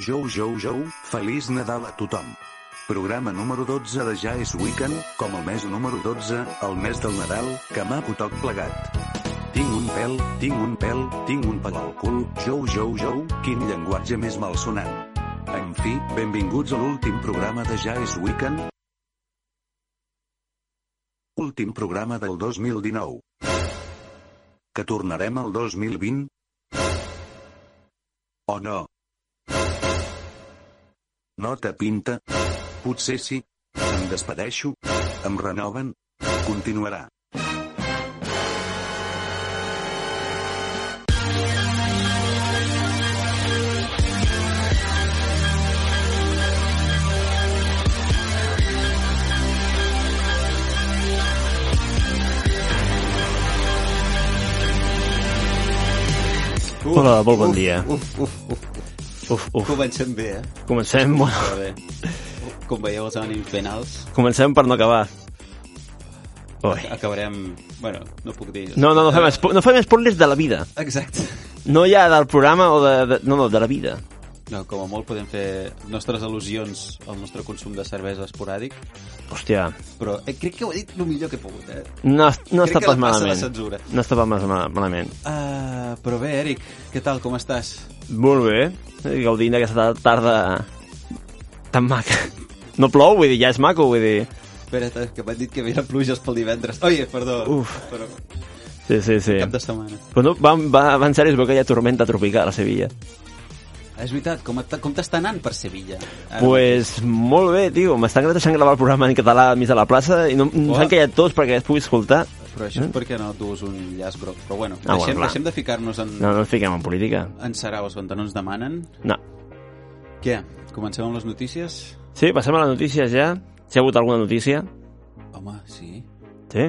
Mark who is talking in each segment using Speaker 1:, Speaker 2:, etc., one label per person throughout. Speaker 1: jou jou jou, feliç Nadal a tothom. Programa número 12 de Ja és Weekend, com el mes número 12, el mes del Nadal, que m'ha tot plegat. Tinc un pèl, tinc un pèl, tinc un pèl al cul, jou jou jou, quin llenguatge més malsonant. En fi, benvinguts a l'últim programa de Ja és Weekend. Últim programa del 2019. Que tornarem al 2020? O no? No te pinta? Potser sí. Em despedeixo? Em renoven? Continuarà.
Speaker 2: Hola, molt bon dia.
Speaker 3: Uf, uf, uf.
Speaker 2: Uf, uf.
Speaker 3: Comencem bé, eh?
Speaker 2: Comencem, bueno,
Speaker 3: Molt bé. Com veieu, els ànims ben alts.
Speaker 2: comencem per no acabar. Ui.
Speaker 3: Acabarem... Bueno, no puc dir...
Speaker 2: No, no, no fem, espo no fem spoilers de la vida.
Speaker 3: Exacte.
Speaker 2: No ja del programa o de, de... No, no, de la vida.
Speaker 3: No, com a molt podem fer nostres al·lusions al nostre consum de cervesa esporàdic,
Speaker 2: Hòstia,
Speaker 3: però eh, crec que ho he dit el millor que he pogut, eh?
Speaker 2: no, es- no
Speaker 3: Crec
Speaker 2: està
Speaker 3: que la passa
Speaker 2: pas
Speaker 3: la
Speaker 2: malament.
Speaker 3: censura.
Speaker 2: No està pas mal- malament.
Speaker 3: Uh, però bé, Eric, què tal, com estàs?
Speaker 2: Molt bé. eh, Gaudint d'aquesta tarda tan maca. No plou, vull dir, ja és maco, vull dir...
Speaker 3: Espera't, eh, que m'han dit que venen pluges pel divendres. Oye, perdó.
Speaker 2: Uf.
Speaker 3: Però,
Speaker 2: Sí, sí, sí.
Speaker 3: cap de setmana.
Speaker 2: Però no, va, va avançar i es veu que hi ha tormenta tropical a Sevilla.
Speaker 3: Ah, És veritat, com, et- com t'està anant per Sevilla? Ara
Speaker 2: pues molt bé, tio. M'estan deixant gravar el programa en català al mig de la plaça i no, ens
Speaker 3: Uah.
Speaker 2: han callat tots perquè es pugui escoltar.
Speaker 3: Però això és perquè no dus un llaç groc. Però bueno,
Speaker 2: eh? Ah,
Speaker 3: ah, deixem,
Speaker 2: bueno, clar.
Speaker 3: bueno, deixem de ficar-nos en, no.
Speaker 2: No, no ens fiquem en política.
Speaker 3: en Saraos quan no ens demanen.
Speaker 2: No.
Speaker 3: Què? Comencem amb les notícies?
Speaker 2: Sí, passem a les notícies ja. Si hi ha hagut alguna notícia.
Speaker 3: Home, sí,
Speaker 2: Sí?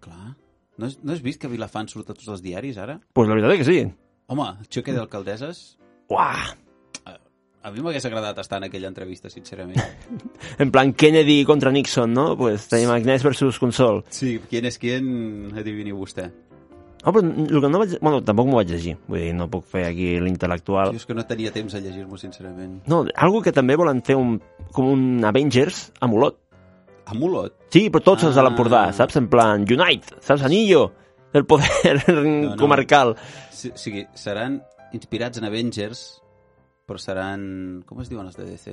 Speaker 3: clar. No, has- no has vist que Vilafant surt a tots els diaris ara?
Speaker 2: Doncs pues la veritat és que sí.
Speaker 3: Home, el xoque d'alcaldeses...
Speaker 2: Uah!
Speaker 3: A mi m'hagués agradat estar en aquella entrevista, sincerament.
Speaker 2: En plan Kennedy contra Nixon, no? pues tenim Agnès versus Consol.
Speaker 3: Sí, qui és qui en adivini vostè.
Speaker 2: Oh, però el que no vaig... Bueno, tampoc m'ho vaig llegir. Vull dir, no puc fer aquí
Speaker 3: Jo
Speaker 2: l'intel·lectual.
Speaker 3: és que no tenia temps a llegir-m'ho, sincerament.
Speaker 2: No, algo que també volen fer un, com un Avengers amb Olot.
Speaker 3: A Molot?
Speaker 2: Sí, però tots els de
Speaker 3: Ah.
Speaker 2: l'Empordà, saps? En plan, Unite, saps? Anillo, el poder
Speaker 3: no.
Speaker 2: comarcal.
Speaker 3: Sí, o sigui, seran inspirats en Avengers, però seran... Com es diuen els de DC?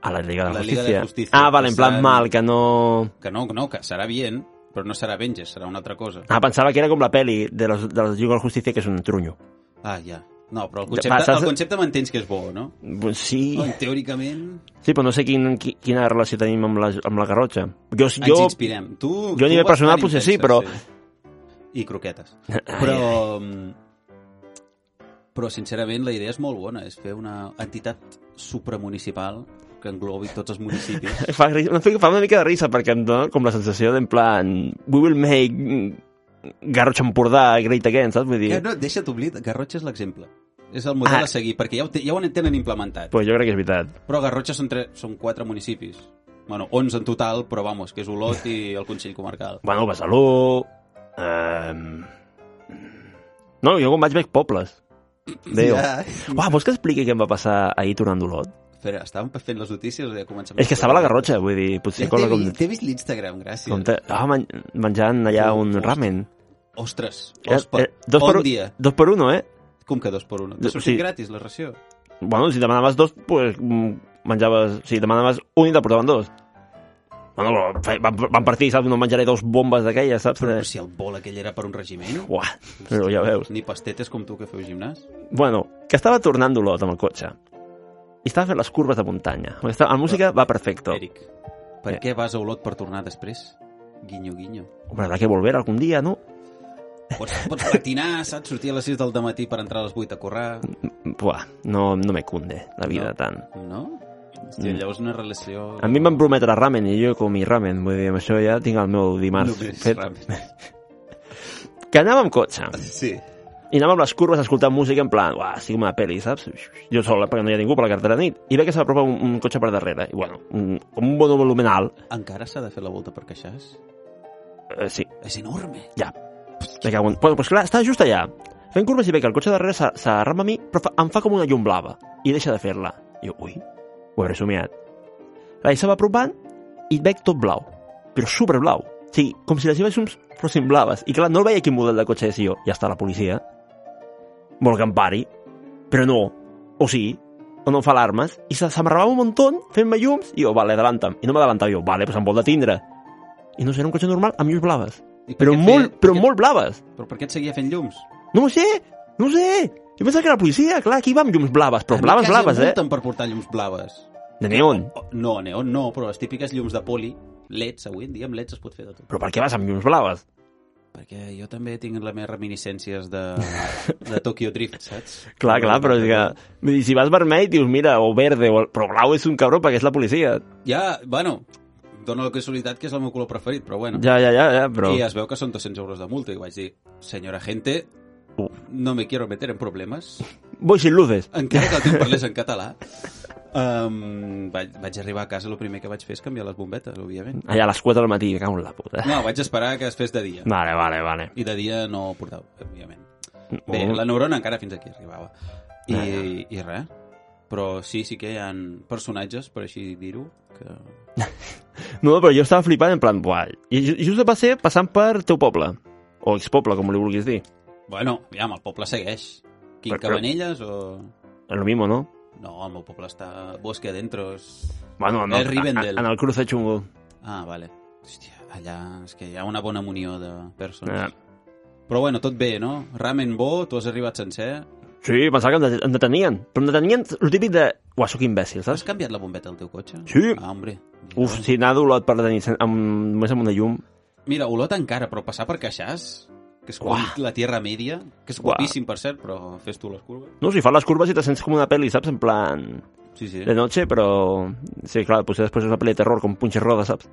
Speaker 2: A la Lliga de la,
Speaker 3: La Lliga
Speaker 2: Justícia.
Speaker 3: de la Justícia.
Speaker 2: Ah, vale, en plan
Speaker 3: Passant-
Speaker 2: mal, que no...
Speaker 3: Que no, no, que serà bien, però no serà Avengers, serà una altra cosa.
Speaker 2: Ah, pensava que era com la peli de, los, de la Lliga de la Justícia, que és un trunyo.
Speaker 3: Ah, ja. No, però el
Speaker 2: Va,
Speaker 3: concepte,
Speaker 2: saps-
Speaker 3: el concepte m'entens que és bo, no?
Speaker 2: Pues Sí,
Speaker 3: Oh, teòricament
Speaker 2: sí, però no sé quin, qui- quina relació tenim amb la, amb la Garrotxa. Jo,
Speaker 3: ens
Speaker 2: jo...
Speaker 3: inspirem. Tu,
Speaker 2: a
Speaker 3: tu
Speaker 2: nivell
Speaker 3: bastant
Speaker 2: personal potser sí, però-
Speaker 3: sí. I croquetes. Però... mm, Però, sincerament, la idea és molt bona. És fer una entitat supramunicipal que englobi tots els municipis.
Speaker 2: Fa, ri- em fa una mica de risa, perquè em dona com la sensació d'en plan... We will make Garrotxa Empordà great again, saps? Vull dir...
Speaker 3: Que no, deixa't oblidar, Garrotxa és l'exemple. És el model
Speaker 2: Ah.
Speaker 3: a seguir, perquè ja ho, te, ja ho en tenen implementat.
Speaker 2: Pues jo crec que és veritat.
Speaker 3: Però a Garrotxa són, tre, són quatre municipis. Bueno, 11 en total, però vamos, que és Olot i el Consell Comarcal.
Speaker 2: Bueno, Besalú... Eh... No, jo quan vaig veig pobles. Déu. Yeah.
Speaker 3: Ja.
Speaker 2: Uah, vols que expliqui què em va passar ahir tornant d'Olot?
Speaker 3: Espera, estàvem fent les notícies o ja comencem?
Speaker 2: És que estava a la Garrotxa, vull dir, potser
Speaker 3: Ja
Speaker 2: ja
Speaker 3: t'he
Speaker 2: cosa com...
Speaker 3: vist, t'he vist l'Instagram, gràcies.
Speaker 2: com te... ah, men menjant allà
Speaker 3: Oh,
Speaker 2: un
Speaker 3: hosti.
Speaker 2: ramen.
Speaker 3: Ostres,
Speaker 2: Eh,
Speaker 3: dos per,
Speaker 2: eh, dos per
Speaker 3: bon
Speaker 2: un-
Speaker 3: dia.
Speaker 2: Dos per uno, eh?
Speaker 3: Com que dos per un?
Speaker 2: Jo-
Speaker 3: T'ha sortit
Speaker 2: sí.
Speaker 3: gratis, la ració.
Speaker 2: Bueno, si demanaves dos, pues, mm, menjaves... Si demanaves un i te portaven dos. Bueno, però fe- van, van partir, saps? No menjaré dos bombes d'aquelles, saps?
Speaker 3: Però
Speaker 2: Però,
Speaker 3: si el vol aquell era per un regiment,
Speaker 2: Uah, però ja veus.
Speaker 3: ni pastetes com tu que feu gimnàs.
Speaker 2: Bueno, que estava tornant d'Olot amb el cotxe. I estava fent les curves de muntanya. Estava, la música va perfecto.
Speaker 3: Eric, per
Speaker 2: Eh.
Speaker 3: què vas a Olot per tornar després? Guinyo, guinyo.
Speaker 2: Hombre, habrá que volver algun dia, no?
Speaker 3: Pots, pots platinar, saps? Sortir a les 6 del matí per entrar a les 8 a currar,
Speaker 2: Buah, no, no me cunde la vida
Speaker 3: No.
Speaker 2: tant.
Speaker 3: no? Hòstia, llavors una relació...
Speaker 2: Mm. A mi em van prometre ramen i jo com i ramen, vull dir, amb això ja tinc el meu dimarts
Speaker 3: Només
Speaker 2: fet.
Speaker 3: ramen.
Speaker 2: Que anava amb cotxe
Speaker 3: Sí.
Speaker 2: i anava amb les curves escoltant música en plan, uah, estic amb una peli, saps? Jo sol, perquè no hi ha ningú per la carretera de nit. I ve que s'apropa un, un cotxe per darrere. I bueno, un, com un bon volumen alt,
Speaker 3: Encara s'ha de fer la volta per queixars?
Speaker 2: eh, sí,
Speaker 3: És enorme.
Speaker 2: ja. Me cago en... Bueno, pues clar, estava just allà. Fent curves i ve que el cotxe darrere se- s'arrama a mi, però fa, em fa com una llum blava i deixa de fer-la. I Jo, ui, ho hauré somiat. L'Ai se va apropant i et veig tot blau, però superblau. O sigui, com si les seves llums fossin blaves. I clar, no el veia quin model de cotxe és i jo. Ja està la policia. Vol que em pari. Però no. O sí. O no fa alarmes. I se, se m'arrabava un muntó fent-me llums i jo, vale, adelanta'm. I no m'adelantava jo, vale, pues em vol detenir. I no sé, era un cotxe normal amb llums blaves.
Speaker 3: I per
Speaker 2: Però
Speaker 3: què et
Speaker 2: molt,
Speaker 3: feia-
Speaker 2: però
Speaker 3: per què-
Speaker 2: molt blaves.
Speaker 3: Però per què et seguia fent llums?
Speaker 2: No ho sé, no ho sé. Jo pensava que era la policia, clar, aquí va amb llums blaves, però
Speaker 3: A mi
Speaker 2: blaves,
Speaker 3: quasi
Speaker 2: blaves,
Speaker 3: em
Speaker 2: eh?
Speaker 3: multen per portar llums blaves.
Speaker 2: De neon.
Speaker 3: Oh, No, neon no, però les típiques llums de poli, leds, avui en dia amb leds es pot fer de tot.
Speaker 2: Però per què vas amb llums blaves?
Speaker 3: Perquè jo també tinc les meves reminiscències de, de Tokyo Drift, saps?
Speaker 2: Clar, clar, però és que... vull dir, Si vas vermell, dius, mira, o verde, o... però blau és un cabró perquè és la policia.
Speaker 3: Ja, bueno, dona la casualitat que és el meu color preferit, però bueno.
Speaker 2: Ja, ja, ja, ja però...
Speaker 3: I es veu que són 200 euros de multa i vaig dir, senyora gente, no me quiero meter en problemes,
Speaker 2: Voy sin luces.
Speaker 3: encara que el tio parlés en català. Um, vaig, vaig arribar a casa, el primer que vaig fer és canviar les bombetes, òbviament.
Speaker 2: Allà a les 4 del matí, cago en la puta.
Speaker 3: No, vaig esperar que es fes de dia.
Speaker 2: Vale, vale, vale.
Speaker 3: I de dia no portava, òbviament. Bé,
Speaker 2: Mm. Ah,
Speaker 3: la neurona encara fins aquí arribava. I,
Speaker 2: Ja,
Speaker 3: i res. Però sí, sí que hi ha personatges, per així dir-ho, que...
Speaker 2: No, però jo estava flipant en plan, buah, i ju- just de passar passant per teu poble, o expoble, com li vulguis dir.
Speaker 3: Bueno, aviam, el poble segueix. Quin
Speaker 2: Però- però-
Speaker 3: Cabanelles o...
Speaker 2: És lo mismo, no?
Speaker 3: No, el meu poble està... Bosque adentro. és-
Speaker 2: Bueno, en el,
Speaker 3: És Rivendell.
Speaker 2: en, en el cruce xungo.
Speaker 3: Ah, vale. Hòstia, allà és que hi ha una bona munió de persones.
Speaker 2: Ja.
Speaker 3: Però bueno, tot bé, no? Ramen bo, tu has arribat sencer.
Speaker 2: Sí, pensava que em, de- em detenien. Però em detenien el típic de... Uah, sóc imbècil,
Speaker 3: Has
Speaker 2: saps?
Speaker 3: canviat la bombeta del teu cotxe?
Speaker 2: Sí.
Speaker 3: Ah, hombre.
Speaker 2: Uf, si anar d'Olot per tenir sen- amb, només amb una llum...
Speaker 3: Mira, Olot encara, però passar per Queixàs, que és com
Speaker 2: Uah.
Speaker 3: la Tierra Media, que és
Speaker 2: Uah.
Speaker 3: guapíssim, per cert, però fes tu les curves.
Speaker 2: No, si fa les curves i te sents com una pel·li, saps? En plan...
Speaker 3: Sí, sí.
Speaker 2: De noche, però... Sí, clar, potser després és una pel·li de terror, com Punxer Roda, saps?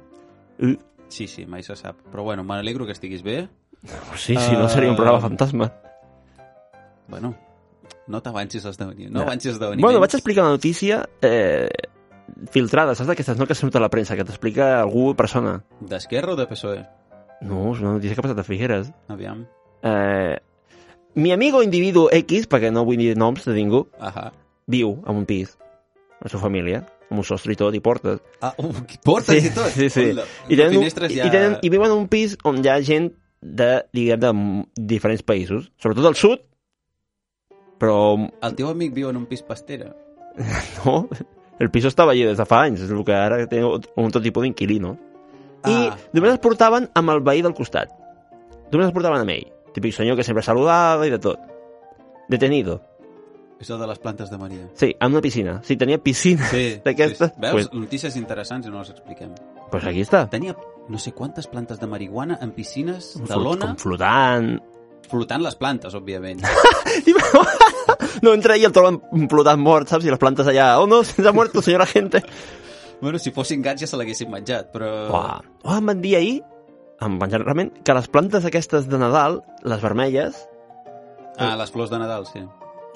Speaker 2: Uh,
Speaker 3: Sí, sí, mai se sap. Però bueno, me n'alegro que estiguis bé.
Speaker 2: sí, sí, no seria un programa fantasma.
Speaker 3: Bueno, no t'avancis a esdevenir. No
Speaker 2: Ja.
Speaker 3: avancis a esdevenir.
Speaker 2: Bueno, vaig explicar una notícia eh, filtrada, saps d'aquestes no que surt a la premsa, que t'explica algú persona.
Speaker 3: D'esquerra o de PSOE?
Speaker 2: No, és una notícia que ha passat a Figueres.
Speaker 3: Aviam.
Speaker 2: Eh, mi amigo individuo X, perquè no vull dir noms de ningú,
Speaker 3: Ahà.
Speaker 2: viu en un pis, amb la seva família, amb un sostre i tot, i portes.
Speaker 3: Ah, uh, portes
Speaker 2: Sí,
Speaker 3: i tot.
Speaker 2: sí, sí.
Speaker 3: Hola.
Speaker 2: I, tenen un,
Speaker 3: Finestres
Speaker 2: i, tenen, i viuen en un pis on hi ha gent de, diguem, de m- diferents països, sobretot al sud, però
Speaker 3: El teu amic viu en un pis pastera.
Speaker 2: no, el pis estava allí des de fa anys, és el que ara té un tot tipus d'inquilino. I
Speaker 3: Ah.
Speaker 2: només es portaven amb el veí del costat. Només es portaven amb ell. Típic senyor que sempre saludava i de tot. Detenido.
Speaker 3: Això de les plantes de Maria.
Speaker 2: Sí, amb una piscina. Sí, tenia piscina.
Speaker 3: Sí.
Speaker 2: D'aquestes?
Speaker 3: sí. Veus?
Speaker 2: Pues-
Speaker 3: Notícies interessants i no les expliquem.
Speaker 2: Doncs pues aquí està.
Speaker 3: Tenia no sé quantes plantes de marihuana en piscines de
Speaker 2: Flot-
Speaker 3: lona,
Speaker 2: Com flotant.
Speaker 3: flotant les plantes, òbviament.
Speaker 2: No entra ahí el troben flotant mort, saps? I les plantes allà... Oh, no, se ha muerto, senyora gente.
Speaker 3: bueno, si fossin gats ja se l'haguessin menjat, però...
Speaker 2: Uah. Oh, em van dir ahir, em van dir realment, que les plantes aquestes de Nadal, les vermelles,
Speaker 3: Ah, les flors de Nadal, sí.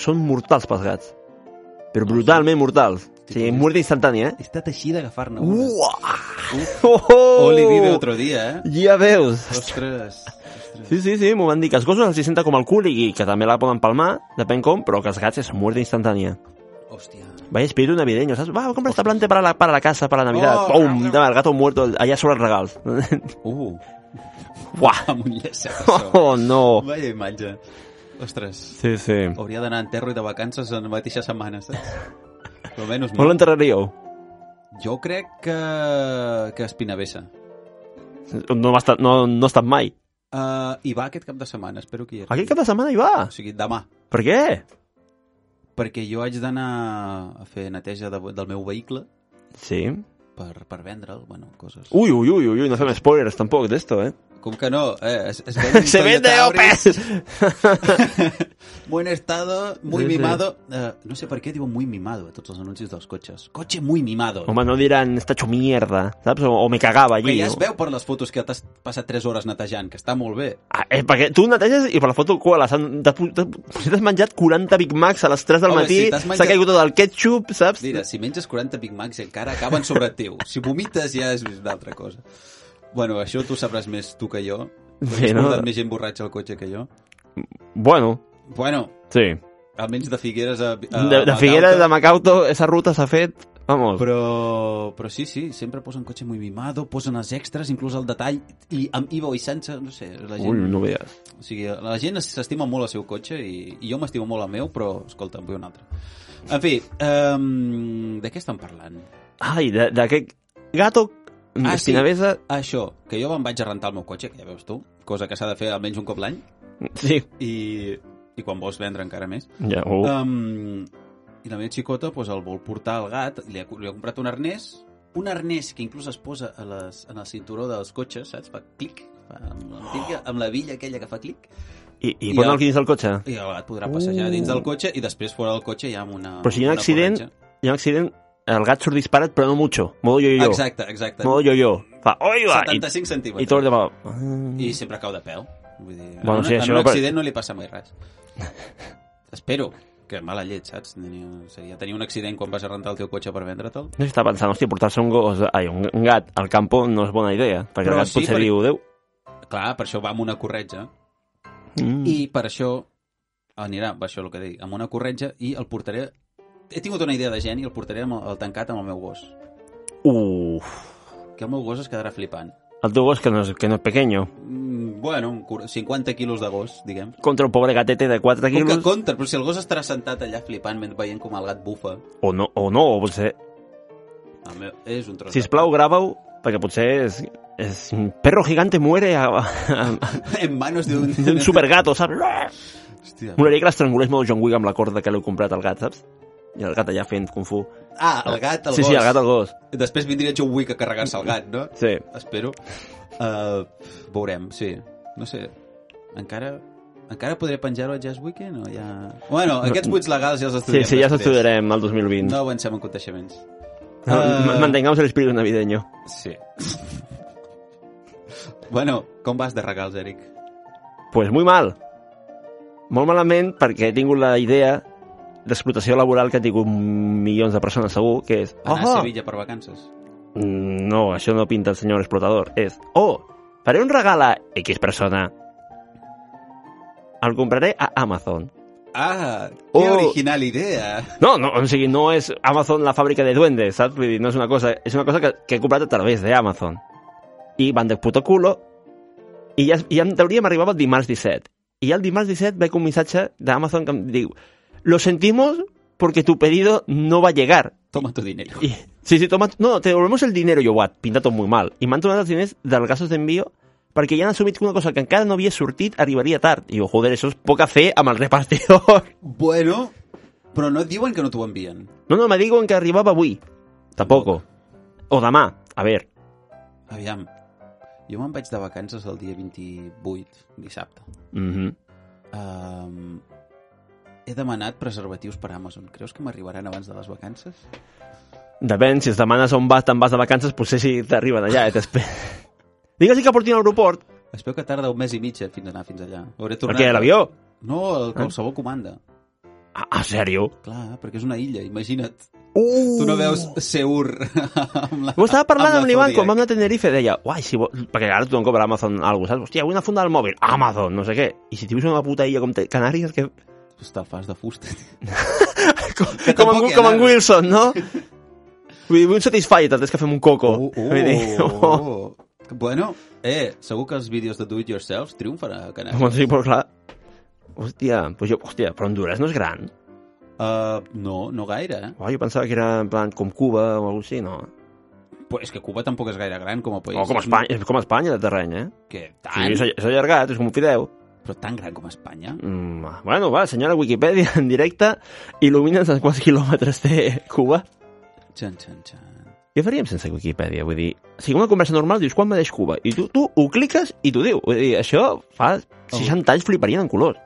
Speaker 2: són mortals pels gats.
Speaker 3: Ah,
Speaker 2: Però brutalment mortals. O sigui, mort instantània, eh?
Speaker 3: He estat així d'agafar-ne una.
Speaker 2: Uah!
Speaker 3: Ah, Uf.
Speaker 2: Oh, oh!
Speaker 3: Oli vive otro dia, eh?
Speaker 2: Ja veus!
Speaker 3: Ostres. Ostres.
Speaker 2: Sí, sí, sí, m'ho van dir, que els gossos els hi senta com el cul i que també la poden palmar, depèn com, però que els gats és mort instantània.
Speaker 3: Hòstia.
Speaker 2: Vaya espíritu navideño, ¿sabes? Va, compra esta planta para la, para la casa, para Navidad.
Speaker 3: Oh,
Speaker 2: ¡Pum!
Speaker 3: no.
Speaker 2: Dame al gato muerto allá sobre el regal.
Speaker 3: Uh,
Speaker 2: ¡Buah!
Speaker 3: amb un llacet a sobre.
Speaker 2: ¡Oh, no!
Speaker 3: Vaya imatge. Ostres.
Speaker 2: Sí, sí.
Speaker 3: Hauria d'anar a enterro i de vacances en la mateixa setmana, saps? Però menys
Speaker 2: On
Speaker 3: mal.
Speaker 2: l'enterraríeu?
Speaker 3: Jo crec que... que Espinavessa.
Speaker 2: No, va estar, no, no ha estat mai.
Speaker 3: Uh, hi va aquest cap de setmana, espero que hi arribi.
Speaker 2: Aquell cap de setmana hi va.
Speaker 3: O sigui, demà.
Speaker 2: Per què?
Speaker 3: Perquè jo haig d'anar a fer neteja de, del meu vehicle
Speaker 2: Sí.
Speaker 3: per, per vendre'l, bueno, coses...
Speaker 2: Ui, ui, ui, ui, ui, no fem spoilers tampoc d'esto, eh?
Speaker 3: Com que no, eh? Es, es vende
Speaker 2: ¡Se vende oh,
Speaker 3: Toyotauri,
Speaker 2: opes!
Speaker 3: Buen estado, muy
Speaker 2: Sí, sí.
Speaker 3: mimado... Eh, no sé per què diuen muy mimado a tots els anuncis dels cotxes. Cotxe muy mimado.
Speaker 2: Home, no diran, està hecho mierda, saps? O, o me cagava
Speaker 3: que
Speaker 2: allí.
Speaker 3: ja es
Speaker 2: no?
Speaker 3: veu per les fotos que t'has passat 3 hores netejant, que està molt bé.
Speaker 2: Ah, eh, perquè tu neteges i per la foto cola. s'han- T'has pu- pues t'has- potser t'has menjat 40 Big Macs a les 3 del
Speaker 3: Home,
Speaker 2: matí,
Speaker 3: si
Speaker 2: s'ha
Speaker 3: t'has menjat-
Speaker 2: caigut tot el ketchup, saps?
Speaker 3: Mira, si menges 40 Big Macs encara acaben sobre teu. Si vomites ja és una altra cosa. Bueno, això tu sabràs més tu que jo.
Speaker 2: Sí,
Speaker 3: Sí, no?
Speaker 2: no?
Speaker 3: més gent borratxa al cotxe que jo.
Speaker 2: Bueno,
Speaker 3: Bueno,
Speaker 2: Sí.
Speaker 3: almenys de Figueres a, a
Speaker 2: De, de
Speaker 3: Macau,
Speaker 2: Figueres
Speaker 3: que-
Speaker 2: de Macauto, esa ruta s'ha fet... Vamos.
Speaker 3: Però, però sí, sí, sempre posen cotxe molt mimado, posen els extras, inclús el detall, i amb IVA i sense, no sé, la gent...
Speaker 2: Ui, no veies.
Speaker 3: O sigui, la gent es- s'estima molt el seu cotxe i, i jo m'estimo molt el meu, però, escolta, en vull un altre. En fi, um, de què estan parlant?
Speaker 2: Ai, de- d'aquest gato
Speaker 3: Ah,
Speaker 2: ah,
Speaker 3: sí.
Speaker 2: espinavesa...
Speaker 3: Això, que jo me'n vaig a rentar el meu cotxe, que ja veus tu, cosa que s'ha de fer almenys un cop l'any,
Speaker 2: Sí.
Speaker 3: i, i quan vols vendre encara més.
Speaker 2: Ja, uh.
Speaker 3: Um, I la meva xicota pues, el vol portar al gat, li ha, li ha comprat un arnès, un arnès que inclús es posa a les, en el cinturó dels cotxes, saps? Fa clic, fa amb, la
Speaker 2: Oh.
Speaker 3: típica, amb la villa aquella que fa clic,
Speaker 2: I, i
Speaker 3: i
Speaker 2: posa
Speaker 3: el-
Speaker 2: el dins del cotxe.
Speaker 3: i el gat podrà passejar
Speaker 2: Uh.
Speaker 3: dins del cotxe i després fora del cotxe hi ha una...
Speaker 2: Però si hi ha un
Speaker 3: una
Speaker 2: accident,
Speaker 3: corretja.
Speaker 2: Hi ha un accident, el gat surt disparat, però no mucho. Modo yo-yo.
Speaker 3: Exacte, exacte.
Speaker 2: Modo yo-yo. Fa, oi, va! I,
Speaker 3: 75 centímetres.
Speaker 2: i tot el Ah. de...
Speaker 3: I
Speaker 2: I...
Speaker 3: sempre cau de peu. Vull dir,
Speaker 2: Bueno,
Speaker 3: bueno, en,
Speaker 2: sí,
Speaker 3: sí, en
Speaker 2: això
Speaker 3: un
Speaker 2: no, però-
Speaker 3: accident no li passa mai res. Espero que mala llet, saps? Tenia- Seria tenir un accident quan vas a rentar el teu cotxe per vendre-te'l.
Speaker 2: No està pensant, hòstia, portar-se un gos, ai, un, un gat al campo no és bona idea, perquè
Speaker 3: Però
Speaker 2: el gat
Speaker 3: sí,
Speaker 2: potser
Speaker 3: perquè-
Speaker 2: diu, Déu...
Speaker 3: Clar, per això va amb una corretja.
Speaker 2: Mm.
Speaker 3: I per això anirà, va, això és el que dic, amb una corretja i el portaré... He tingut una idea de geni i el portaré amb el, el tancat amb el meu gos.
Speaker 2: Uf,
Speaker 3: Que el meu gos es quedarà flipant.
Speaker 2: el teu gos que no és, que no és pequeño.
Speaker 3: Mm, bueno, un cur- 50 quilos de gos, diguem.
Speaker 2: Contra un pobre gatete de 4
Speaker 3: Com que
Speaker 2: quilos,
Speaker 3: contra, però si el gos estarà sentat allà flipant mentre veient com el gat bufa.
Speaker 2: o no, o no, o potser...
Speaker 3: El meu... És un tros de-
Speaker 2: Sisplau, grava-ho, perquè potser és... és un perro gigante muere a, a,
Speaker 3: en manos d'un...
Speaker 2: d'un supergato, saps?
Speaker 3: Hòstia.
Speaker 2: M'agradaria que l'estrangulés molt John Wick amb la corda que l'heu comprat al gat, saps? I el gat allà fent kung fu.
Speaker 3: Ah, el gat, el
Speaker 2: sí,
Speaker 3: gos.
Speaker 2: sí, el gat al gos.
Speaker 3: Després vindria John Wick a carregar-se el gat, no?
Speaker 2: Sí.
Speaker 3: Espero. Uh, veurem, sí. No sé, encara... Encara podré penjar-ho a Jazz Weekend o ja... Bueno, aquests buits legals ja els
Speaker 2: Sí,
Speaker 3: estudiarem
Speaker 2: sí, ja
Speaker 3: després.
Speaker 2: s'estudiarem el 2020.
Speaker 3: No eh, avancem en coneixements.
Speaker 2: No, Mantengamos el espíritu navideño.
Speaker 3: Sí. bueno, com vas de regals, Eric?
Speaker 2: pues muy mal. Molt malament perquè he tingut la idea d'explotació laboral que ha tingut milions de persones segur, que és...
Speaker 3: Anar a
Speaker 2: "Ojo,
Speaker 3: Sevilla per vacances?
Speaker 2: Mm, No, això no pinta el senyor explotador. És, oh, faré un regal a X persona. El compraré a Amazon.
Speaker 3: Ah, que
Speaker 2: Oh.
Speaker 3: original idea!
Speaker 2: No, no, o sigui, no és Amazon la fàbrica de duendes, saps? Vull dir, no és una cosa... És una cosa que, que he comprat a través d'Amazon. I van de puto culo. I ja, i en teoria m'arribava el dimarts 17. I el dimarts 17 veig un missatge d'Amazon que em diu Lo sentimos porque tu pedido no va a llegar.
Speaker 3: Toma tu dinero.
Speaker 2: Y- sí, sí, toma. No, te devolvemos el dinero, yo, what? Pinta tot molt mal. I m'han tornat els diners dels gastos d'envio perquè ja han assumit que una cosa que encara no havia sortit arribaria tard. I jo, joder, això és poca fe amb el repartidor.
Speaker 3: Bueno, però no et diuen que no t'ho envien.
Speaker 2: No, no, me diuen que arribava avui. Tampoco. O demà. A ver.
Speaker 3: Aviam, jo me'n vaig de vacances el dia 28, dissabte.
Speaker 2: Mhm.
Speaker 3: Um, he demanat preservatius per Amazon. Creus que m'arribaran abans de les vacances?
Speaker 2: Depèn, si es demanes on vas, te'n vas de vacances, potser si t'arriben allà, eh, t'espera. Digues-hi que portin a l'aeroport,
Speaker 3: Es veu que tarda un mes i mig eh, fins a anar fins allà. Hauré tornat.
Speaker 2: perquè a l'avió...
Speaker 3: No, el qualsevol comanda.
Speaker 2: Ah, en sèrio?
Speaker 3: Clar, perquè és una illa, imagina't.
Speaker 2: Uh!
Speaker 3: Tu no veus Seur amb la...
Speaker 2: Ho estava parlant amb, l'Ivan quan
Speaker 3: Zodiac.
Speaker 2: vam anar a Tenerife, deia, uai, si vol... perquè ara tothom cobra Amazon alguna cosa, saps? Hòstia, vull una funda del mòbil, Amazon, no sé què. I si tius una puta illa com te... Canàries, que...
Speaker 3: Estafes de fusta.
Speaker 2: com,
Speaker 3: Que
Speaker 2: com,
Speaker 3: tampoc eh?
Speaker 2: en,
Speaker 3: hi ha
Speaker 2: com en
Speaker 3: nada.
Speaker 2: Wilson, no? Vull dir, vull un Satisfyer, t'has que fem un coco.
Speaker 3: Oh, oh,
Speaker 2: Vull dir, oh.
Speaker 3: oh. Bueno, eh, segur que els vídeos de Do It Yourself triomfen a Canàries.
Speaker 2: Bueno, sí, però clar... Hòstia, però, jo, hòstia, però Honduras no és gran.
Speaker 3: Uh, no, no gaire, eh?
Speaker 2: Oh, jo pensava que era en plan com Cuba o alguna cosa així, no?
Speaker 3: Però és que Cuba tampoc és gaire gran com a país.
Speaker 2: O com Espanya, és com Espanya de terreny, eh?
Speaker 3: Que
Speaker 2: Sí,
Speaker 3: tant,
Speaker 2: és all- és allargat, és com un fideu.
Speaker 3: però tan gran com Espanya.
Speaker 2: Mm, bueno, va, senyora Wikipedia, en directe, il·lumina'ns en quants quilòmetres té Cuba.
Speaker 3: Txan, txan, txan.
Speaker 2: Què faríem sense Wikipedia? Vull dir, si una conversa normal dius quan mereix Cuba, i tu, tu ho cliques i t'ho diu. Vull dir, això
Speaker 3: Oh.
Speaker 2: fa 60 anys fliparien en colors.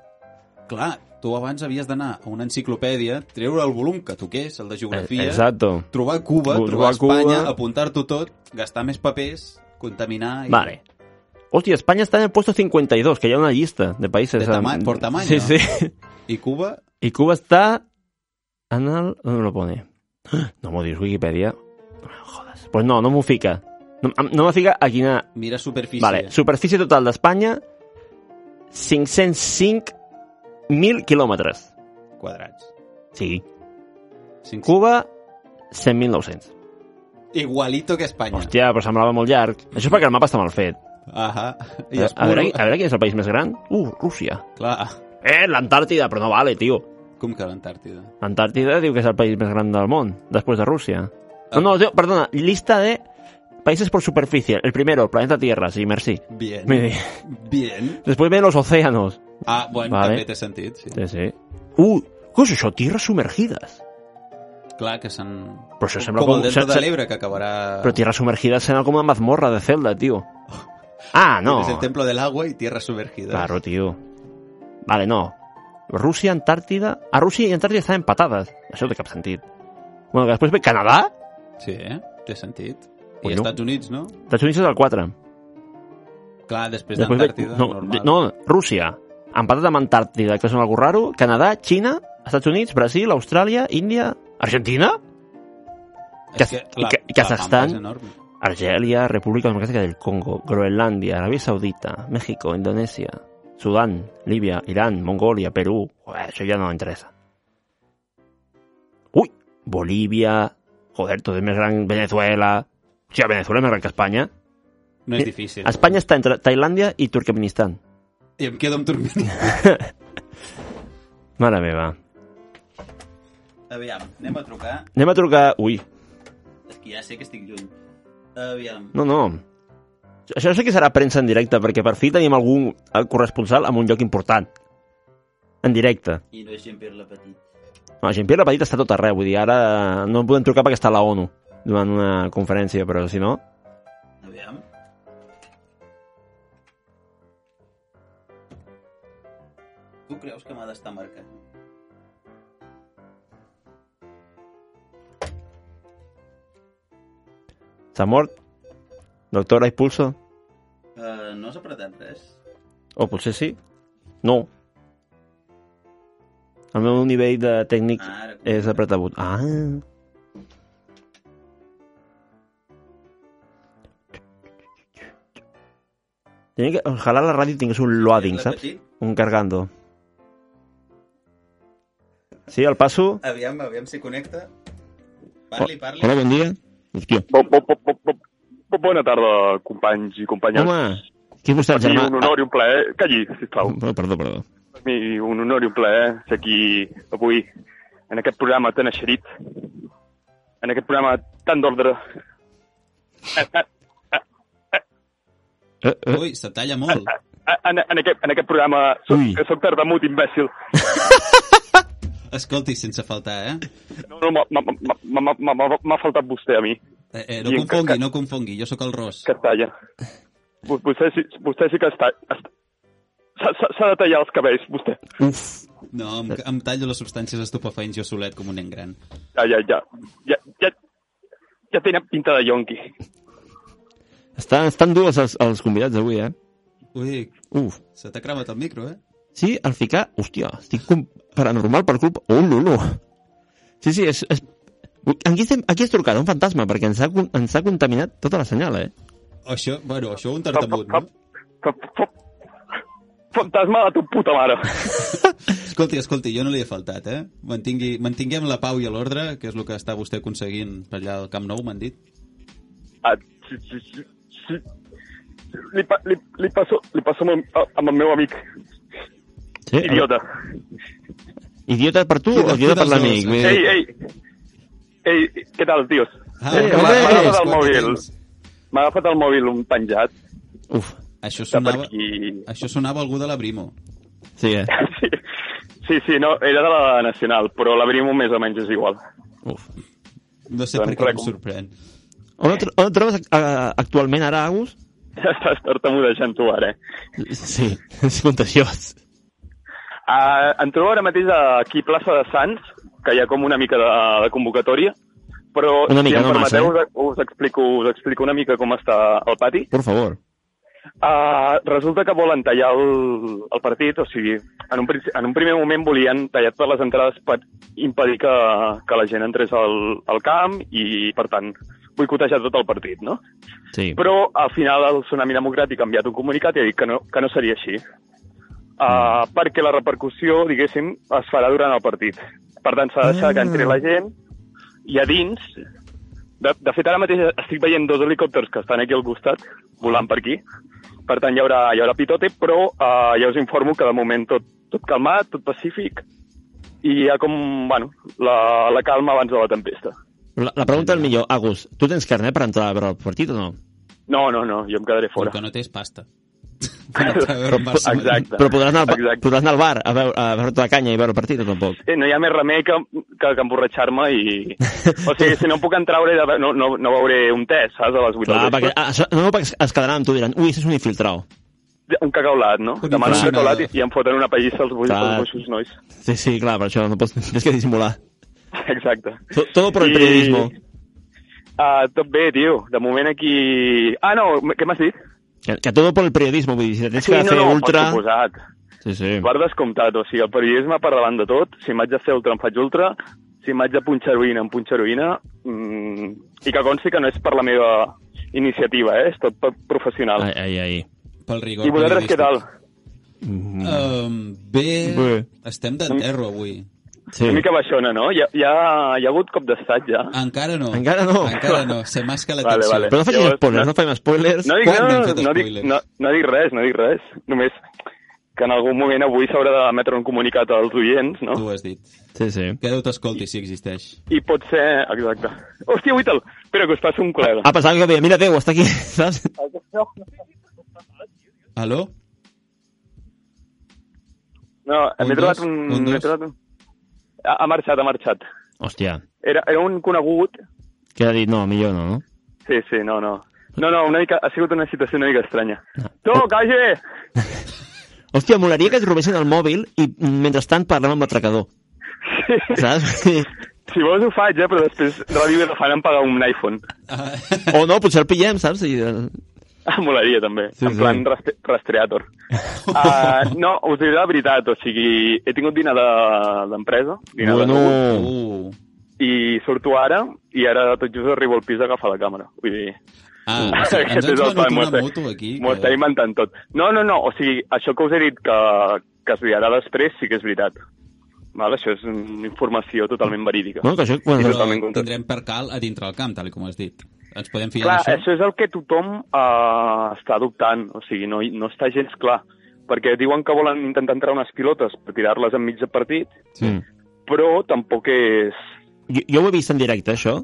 Speaker 3: Clar, tu abans havies d'anar a una enciclopèdia, treure el volum que toqués, el de geografia,
Speaker 2: Eh, Exacto.
Speaker 3: trobar Cuba,
Speaker 2: Buscar
Speaker 3: trobar Espanya,
Speaker 2: Cuba.
Speaker 3: apuntar-t'ho tot, gastar més papers, contaminar... I...
Speaker 2: Vale. Hostia, España está en el puesto 52, que ya una lista de países.
Speaker 3: De tama-
Speaker 2: am-
Speaker 3: por tamaño.
Speaker 2: Sí, sí.
Speaker 3: I Cuba,
Speaker 2: Y Cuba está... Anal... ¿Dónde lo pone? No me digas Wikipedia. No me jodas. Pues no, no me fica. No, no me fica aquí nada.
Speaker 3: mira superfície.
Speaker 2: Vale, superfície total d'Espanya, 505 1.000 quilòmetres.
Speaker 3: quadrats.
Speaker 2: Sí.
Speaker 3: Cinc...
Speaker 2: Cuba, 100.900.
Speaker 3: Igualito que Espanya.
Speaker 2: Hòstia, però semblava molt llarg. Això és perquè el mapa està mal fet.
Speaker 3: Ahà. I
Speaker 2: A,
Speaker 3: es
Speaker 2: a, veure, qui- a veure quin és el país més gran. Uh, Rússia.
Speaker 3: Clar,
Speaker 2: Eh, l'Antàrtida, però no vale, tio.
Speaker 3: com que l'Antàrtida.
Speaker 2: Antàrtida diu que és el país més gran del món, després de Rússia. No, no, tio, perdona, lista de países por superficie. El primero, el planeta Tierra, sí, merci.
Speaker 3: Bien.
Speaker 2: Miri,
Speaker 3: Bien.
Speaker 2: Después ven los océanos.
Speaker 3: Ah, bueno,
Speaker 2: Vale.
Speaker 3: també té sentit, sí.
Speaker 2: Sí, sí. Uh, què és això? Tierras sumergides.
Speaker 3: Clar que s'han...
Speaker 2: Però això sembla
Speaker 3: com...
Speaker 2: com-
Speaker 3: el Delta
Speaker 2: se-
Speaker 3: de
Speaker 2: se-
Speaker 3: l'Ebre, que acabarà...
Speaker 2: Però tierras sumergides sembla com una mazmorra de Zelda, tio. Ah, no.
Speaker 3: Tienes el Templo del Agua y Tierra Sumergida.
Speaker 2: Claro, tío. Vale, no. Ah, Rússia, Antàrtida... A Rússia i Antàrtida estan empatades. Això no té cap sentit. Bueno, que després ve Canadà?
Speaker 3: Sí, eh? té sentit. I
Speaker 2: Collons.
Speaker 3: Estats Units, no?
Speaker 2: Estats Units és el 4.
Speaker 3: Clar, després
Speaker 2: Després ve...
Speaker 3: d'Antàrtida,
Speaker 2: No,
Speaker 3: Pues normal.
Speaker 2: no, Rússia. Empatat amb Antàrtida, que és algo raro. Canadà, Xina, Estats Units, Brasil, Austràlia, Índia... Argentina?
Speaker 3: És
Speaker 2: que- que- que
Speaker 3: la
Speaker 2: s'estan-
Speaker 3: pampa és enorme.
Speaker 2: Argelia, República Democrática del Congo, Groenlandia, Arabia Saudita, México, Indonesia, Sudán, Libia, Irán, Mongolia, Perú. Ué, eso ya no me interesa. Uy, Bolivia. Joder, todo es más gran Venezuela. Sí, Venezuela es más gran que España.
Speaker 3: No és difícil.
Speaker 2: España está entre Tailandia y Turkmenistán.
Speaker 3: I em quedo amb Turmini.
Speaker 2: Mare meva.
Speaker 3: Aviam, anem a trucar.
Speaker 2: Anem a trucar... Ui,
Speaker 3: És que ja sé que estic lluny. Aviam.
Speaker 2: no, no. Això sí que serà premsa en directe, perquè per fi tenim algun eh, corresponsal en un lloc important. En directe.
Speaker 3: I no és gent per la petita.
Speaker 2: No, Jean-Pierre Petit està a tot arreu, vull dir, ara no en podem trucar perquè està a la ONU durant una conferència, però si no...
Speaker 3: Aviam. Tu creus que m'ha d'estar marcat?
Speaker 2: S'ha mort? Doctora Impulso?
Speaker 3: Uh, no has apretat res?
Speaker 2: O Oh, potser sí? No. El meu nivell de tècnic
Speaker 3: Ara, com-
Speaker 2: és apretar bot. Ah. Tenia que... Ojalà la ràdio tingués un loading,
Speaker 3: La
Speaker 2: saps?
Speaker 3: petit?
Speaker 2: Un cargando. Sí, el passo?
Speaker 3: Aviam, aviam si connecta. Parli, parli.
Speaker 2: Hola, bon dia. Hòstia.
Speaker 4: Bo, bo, bo, bo, bo, bo, bona tarda, companys i companyes.
Speaker 2: Home, qui és vostè, el
Speaker 4: Per mi
Speaker 2: germà?
Speaker 4: un honor i un plaer... Calli, sisplau.
Speaker 2: Ah, perdó, perdó.
Speaker 4: Per mi un honor i un plaer ser aquí avui, en aquest programa tan eixerit, en aquest programa tan d'ordre.
Speaker 2: Eh, eh.
Speaker 3: Ui, se talla molt.
Speaker 4: A- En, en, aquest, en aquest programa soc,
Speaker 2: Ui.
Speaker 4: soc tardamut, imbècil.
Speaker 3: Escolti, sense faltar, eh?
Speaker 4: No, no, m'ha- m'ha- m'ha- m'ha- m'ha- m'ha m'ha faltat vostè a mi,
Speaker 3: eh, eh no
Speaker 4: I en
Speaker 3: confongui,
Speaker 4: ca-
Speaker 3: no confongui. Jo sóc el Ros.
Speaker 4: que es talla. Vo- Vostè, sí- vostè sí que està... està... s'ha- S'ha s'ha de tallar els cabells, vostè.
Speaker 2: Uf.
Speaker 3: No, em, em tallo les substàncies estupefaents jo solet com un nen gran.
Speaker 4: Ja, ja, ja. Ja, ja, ja tenen pinta de yonqui.
Speaker 2: Estan, estan dures els, els convidats avui, eh?
Speaker 3: Ui,
Speaker 2: Uf.
Speaker 3: se t'ha cremat el micro, eh?
Speaker 2: Sí, al ficar... Hòstia, estic com paranormal per culpa... Oh, no, no. Sí, sí, és... és... En qui, estem, a qui has trucat? A Un fantasma, perquè ens ha, con- ens ha contaminat tota la senyal, eh?
Speaker 3: Això, bueno, això un tartamut, no?
Speaker 4: Fantasma de tu puta mare.
Speaker 3: Escolti, escolti, jo no li he faltat, eh? Mantingui, mantinguem la pau i l'ordre, que és el que està vostè aconseguint per allà al Camp Nou, m'han dit.
Speaker 4: Ah, sí, sí, sí, sí. Li, pa, li, li, passo, li passo amb, el- amb el meu amic,
Speaker 2: Sí?
Speaker 4: idiota.
Speaker 2: Idiota per tu
Speaker 3: Sí,
Speaker 2: o
Speaker 3: de-
Speaker 2: idiota per
Speaker 3: dels
Speaker 2: l'amic?
Speaker 3: dos.
Speaker 2: Vull dir,
Speaker 4: Ei, ei, ei, què tal, tios?
Speaker 3: Ah,
Speaker 4: és que
Speaker 2: home,
Speaker 4: m'ha m'ha
Speaker 2: eh. eh, doncs.
Speaker 4: agafat el
Speaker 3: quant de
Speaker 4: mòbil.
Speaker 3: temps.
Speaker 4: M'ha agafat el mòbil un penjat
Speaker 2: Uf,
Speaker 3: Això
Speaker 4: de per
Speaker 3: sonava,
Speaker 4: aquí.
Speaker 3: això sonava algú de la Brimo.
Speaker 2: sí, eh?
Speaker 4: Sí, sí, sí, no, era de la nacional, però l'abrim més o menys és igual.
Speaker 2: Uf.
Speaker 3: No sé
Speaker 4: Doncs
Speaker 3: per què em
Speaker 4: recom-
Speaker 3: sorprèn.
Speaker 2: On et, tro- on et trobes eh, actualment ara, Agus?
Speaker 4: Estàs tartamudejant tu ara, eh?
Speaker 2: Sí, és contagiós.
Speaker 4: Uh, em trobo ara mateix aquí a plaça de Sants, que hi ha com una mica de, de convocatòria, però
Speaker 2: Una mica,
Speaker 4: si em
Speaker 2: no massa,
Speaker 4: permeteu us, us, explico, us explico una mica com està el pati.
Speaker 2: Por favor.
Speaker 4: Uh, resulta que volen tallar el, el partit, o sigui, en un, princi- en un primer moment volien tallar per les entrades per impedir que, que la gent entrés al, al camp i, per tant, boicotejar tot el partit, no?
Speaker 2: Sí.
Speaker 4: Però al final el Tsunami Democràtic ha enviat un comunicat i ha dit que no, que no seria així. uh, perquè la repercussió, diguéssim, es farà durant el partit. Per tant, s'ha de deixar que entri la gent i a dins... De, de fet, ara mateix estic veient dos helicòpters que estan aquí al costat, volant per aquí. Per tant, hi haurà, hi haurà pitote, però uh, ja us informo que de moment tot, tot calmat, tot pacífic, i hi ha com, bueno, la, la calma abans de la tempesta.
Speaker 2: La, la pregunta és millor. Agus, tu tens carnet per entrar a veure el partit o no?
Speaker 4: No, no, no, jo em quedaré
Speaker 3: Fora.
Speaker 4: fora.
Speaker 3: que no tens pasta. Per entrar a veure un Barça-Madrid.
Speaker 4: Exacte.
Speaker 2: Però podràs anar, al, ba-
Speaker 4: Exacte.
Speaker 2: podràs anar al bar a veure, a veure la canya i veure el partit o tampoc?
Speaker 4: Eh, no hi ha més remei que, que, que emborratxar-me i... O sigui, si no em puc entrar, hauré de... ve- no, no, no veuré un test, saps, a les 8
Speaker 2: Clar,
Speaker 4: del vespre.
Speaker 2: perquè, ah, això- no, no, perquè es- es quedaran amb tu, diran, ui, això és un infiltrau.
Speaker 4: Un cacaulat, no?
Speaker 3: Un
Speaker 4: Demanen un
Speaker 3: inflacionador.
Speaker 4: cacaulat i, i em foten una pallissa als, bull,
Speaker 2: Clar.
Speaker 4: als boixos nois.
Speaker 2: Sí, sí, clar, per això no pots, tens que dissimular.
Speaker 4: Exacte.
Speaker 2: To- Todo por el periodismo.
Speaker 4: Uh, tot bé, tio. De moment aquí... Ah, no, m- què m'has dit?
Speaker 2: Que, que todo por el periodismo, vull dir, si tens que
Speaker 4: no,
Speaker 2: fer
Speaker 4: no,
Speaker 2: ultra...
Speaker 4: per suposat.
Speaker 2: Sí, sí.
Speaker 4: Per descomptat, o sigui, el periodisme per davant de tot. Si m'haig de fer ultra, em faig ultra. Si m'haig de punxar heroïna, em punxar heroïna. Mm, I que consti que no és per la meva iniciativa, eh? És tot per professional.
Speaker 2: Ai, ai, ai.
Speaker 3: Pel rigor.
Speaker 4: I vosaltres què tal?
Speaker 3: periodístic. Um, bé,
Speaker 2: Bé.
Speaker 3: estem d'enterro avui.
Speaker 2: Sí.
Speaker 4: Una mica baixona, no? Ja, ja, hi ha hagut cop d'estat, ja.
Speaker 3: Encara no.
Speaker 2: Encara no.
Speaker 3: Encara no. Se masca la
Speaker 4: Vale,
Speaker 3: tensió.
Speaker 4: vale.
Speaker 2: Però no facis
Speaker 4: Llavors,
Speaker 2: spoilers, no,
Speaker 4: no-
Speaker 2: fem spoilers.
Speaker 4: No dic,
Speaker 3: Quan n'hem
Speaker 4: no,
Speaker 3: fet
Speaker 4: no, dic,
Speaker 3: spoilers?
Speaker 4: no, no dic res, no dic res. Només que en algun moment avui s'haurà d'emetre un comunicat als oients, no?
Speaker 3: Tu ho has dit.
Speaker 2: Sí, sí.
Speaker 3: Que Déu t'escolti si existeix.
Speaker 4: I pot ser... Exacte. Hòstia, Whittle, espera que us passo un col·lega.
Speaker 2: Ah, pensava que bé, mira Déu, està aquí, saps?
Speaker 3: Aló?
Speaker 4: No,
Speaker 3: un,
Speaker 4: m'he trobat
Speaker 3: dos,
Speaker 4: un...
Speaker 3: un,
Speaker 4: m'he
Speaker 3: dos.
Speaker 4: trobat un... Ha, ha marxat, ha marxat.
Speaker 2: Hòstia,
Speaker 4: Era, era un conegut...
Speaker 2: que ha dit, no, millor no, no?
Speaker 4: Sí, sí, no, no. No, no, una mica, ha sigut una situació una mica estranya.
Speaker 3: Ah.
Speaker 4: Tu, calle!
Speaker 2: Hòstia, molaria que es robessin el mòbil i mentrestant parlem amb l'atracador. Saps?
Speaker 4: Si vols ho faig, eh, però després de la vida fan em pagar un iPhone.
Speaker 3: Ah,
Speaker 2: o no, potser el pillem, saps? I, eh,
Speaker 4: Ah, Molaria, també.
Speaker 2: Sí,
Speaker 4: Sí,
Speaker 2: sí.
Speaker 4: en plan rastre rastreator. uh, no, us diré la veritat, o sigui, he tingut dinar de- d'empresa, de, dinar
Speaker 2: bueno,
Speaker 4: de
Speaker 3: uh.
Speaker 4: i surto ara, i ara tot just arribo al pis a agafar la càmera. Vull dir...
Speaker 3: Ah, o sigui, ens
Speaker 4: aquest
Speaker 3: has
Speaker 4: és el
Speaker 3: venut
Speaker 4: plan, m'ho
Speaker 3: una
Speaker 4: estic-
Speaker 3: moto aquí.
Speaker 4: M'ho està
Speaker 3: Que...
Speaker 4: inventant tot. No, no, no, o sigui, això que us he dit que, que es dirà després sí que és veritat. Val? Això és una informació totalment verídica.
Speaker 2: bueno, que això... Bueno,
Speaker 4: Però-
Speaker 3: Però
Speaker 4: totalment content.
Speaker 3: tindrem per cal a dintre el camp, tal i com has dit. Ens podem fiar
Speaker 4: Clar,
Speaker 3: d'això?
Speaker 4: això és el que tothom eh, està dubtant, o sigui, no, no està gens clar, perquè diuen que volen intentar entrar unes pilotes per tirar-les en mig de partit,
Speaker 2: sí.
Speaker 4: però tampoc és...
Speaker 2: mm. jo, jo ho he vist en directe, això.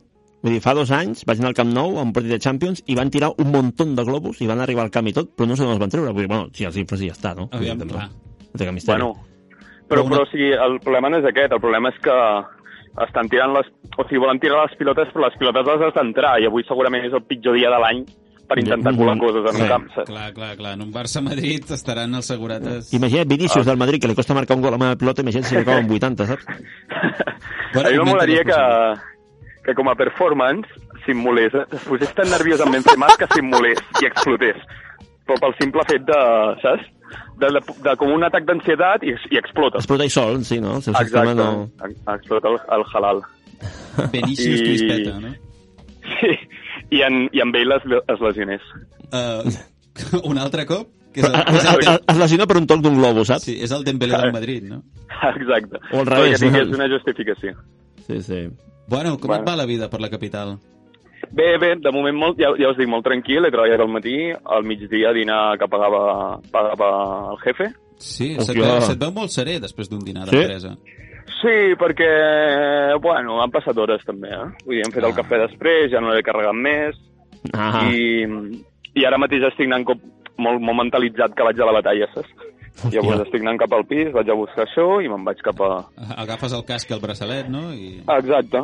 Speaker 2: Vull dir, fa dos anys vaig anar al Camp Nou a un partit de Champions i van tirar un muntó de globus i van arribar al camp i tot, però no sé d'on els van treure. Vull dir, bueno, si els infles i ja està, no?
Speaker 3: Aviam,
Speaker 2: Vull dir,
Speaker 3: clar.
Speaker 2: tampoc. No té cap misteri.
Speaker 4: Bueno, però,
Speaker 3: Però una-
Speaker 4: però, o sigui, el problema no és aquest, el problema és que estan tirant les... O sigui, volen tirar les pilotes, però les pilotes les has d'entrar, i avui segurament és el pitjor dia de l'any per intentar
Speaker 2: Mm,
Speaker 4: colar coses en
Speaker 2: sí,
Speaker 4: un camp. saps?
Speaker 3: Clar, clar, clar. En un Barça-Madrid estaran els segurates...
Speaker 2: Imagina't Vinícius del Madrid, que li costa marcar un gol a la meva pilota, imagina't si l'acaba amb 80, saps?
Speaker 3: Bueno,
Speaker 4: a mi
Speaker 3: augmenta
Speaker 4: m'agradaria que, que com a performance simulés, eh? es posés tan nerviós amb Benzema que simulés i explotés. Però pel simple fet de, saps? De, de, de com un atac d'ansietat i, i explota.
Speaker 2: Explota i sol, sí, no? El seu sistema
Speaker 4: Exacte,
Speaker 2: no...
Speaker 4: no... explota el, el halal.
Speaker 3: Benícius
Speaker 4: I-
Speaker 3: Crispeta, no?
Speaker 4: Sí, i en, i en Bale es, es lesionés.
Speaker 3: Uh, un altre cop? Que és
Speaker 2: Però, ah,
Speaker 3: el,
Speaker 2: es,
Speaker 3: és el,
Speaker 2: es, es lesiona per un toc d'un globus, saps?
Speaker 3: sí, és el Dembélé del Madrid, no?
Speaker 4: Exacte.
Speaker 2: O al revés, no?
Speaker 4: Perquè tingués una justificació.
Speaker 2: sí. sí.
Speaker 3: Bueno, com bueno.
Speaker 4: Bueno.
Speaker 3: et va la vida per la capital?
Speaker 4: Bé, bé, de moment molt, ja, ja us dic, molt tranquil. He treballat al matí, al migdia dinar que pagava, pagava el jefe.
Speaker 3: Sí,
Speaker 2: Hòstia.
Speaker 3: se't veu, se't veu molt serè després d'un dinar d'empresa.
Speaker 4: Sí, perquè, bueno, han passat hores també, eh? Vull dir, hem fet
Speaker 3: Ah.
Speaker 4: el cafè després, ja no l'he carregat més,
Speaker 2: Ah, I...
Speaker 4: i, i ara mateix estic anant cop, molt, molt mentalitzat que vaig a la batalla, saps? Llavors
Speaker 2: Hòstia.
Speaker 4: estic anant cap al pis, vaig a buscar això i me'n vaig cap a,
Speaker 3: Agafes el casc i el braçalet, no? I,
Speaker 4: Exacte.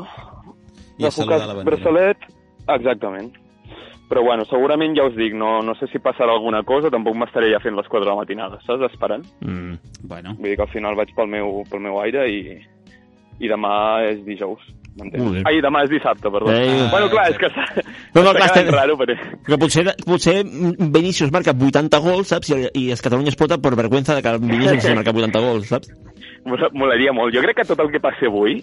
Speaker 3: I a saludar la bandera.
Speaker 4: Braçalet, exactament. Però bueno, segurament ja us dic, no, no sé si passarà alguna cosa, tampoc m'estaré ja fent les 4 de la matinada, saps? Esperant.
Speaker 2: mm.
Speaker 3: bueno,
Speaker 4: Vull dir que al final vaig pel meu, pel meu aire i, i demà és dijous. m'entens?
Speaker 2: Molt bé.
Speaker 4: Ai, demà és dissabte, perdó.
Speaker 2: Ei.
Speaker 4: bueno, clar,
Speaker 3: Ah,
Speaker 4: és que està,
Speaker 2: No, no, clar,
Speaker 4: està quedant
Speaker 2: estem-
Speaker 4: raro, però...
Speaker 2: Que potser, potser Vinícius marca 80 gols, saps? I, i es Catalunya explota per vergüenza de que el Vinícius se marca 80 gols, saps?
Speaker 4: mola- Molaria molt. Jo crec que tot el que passi avui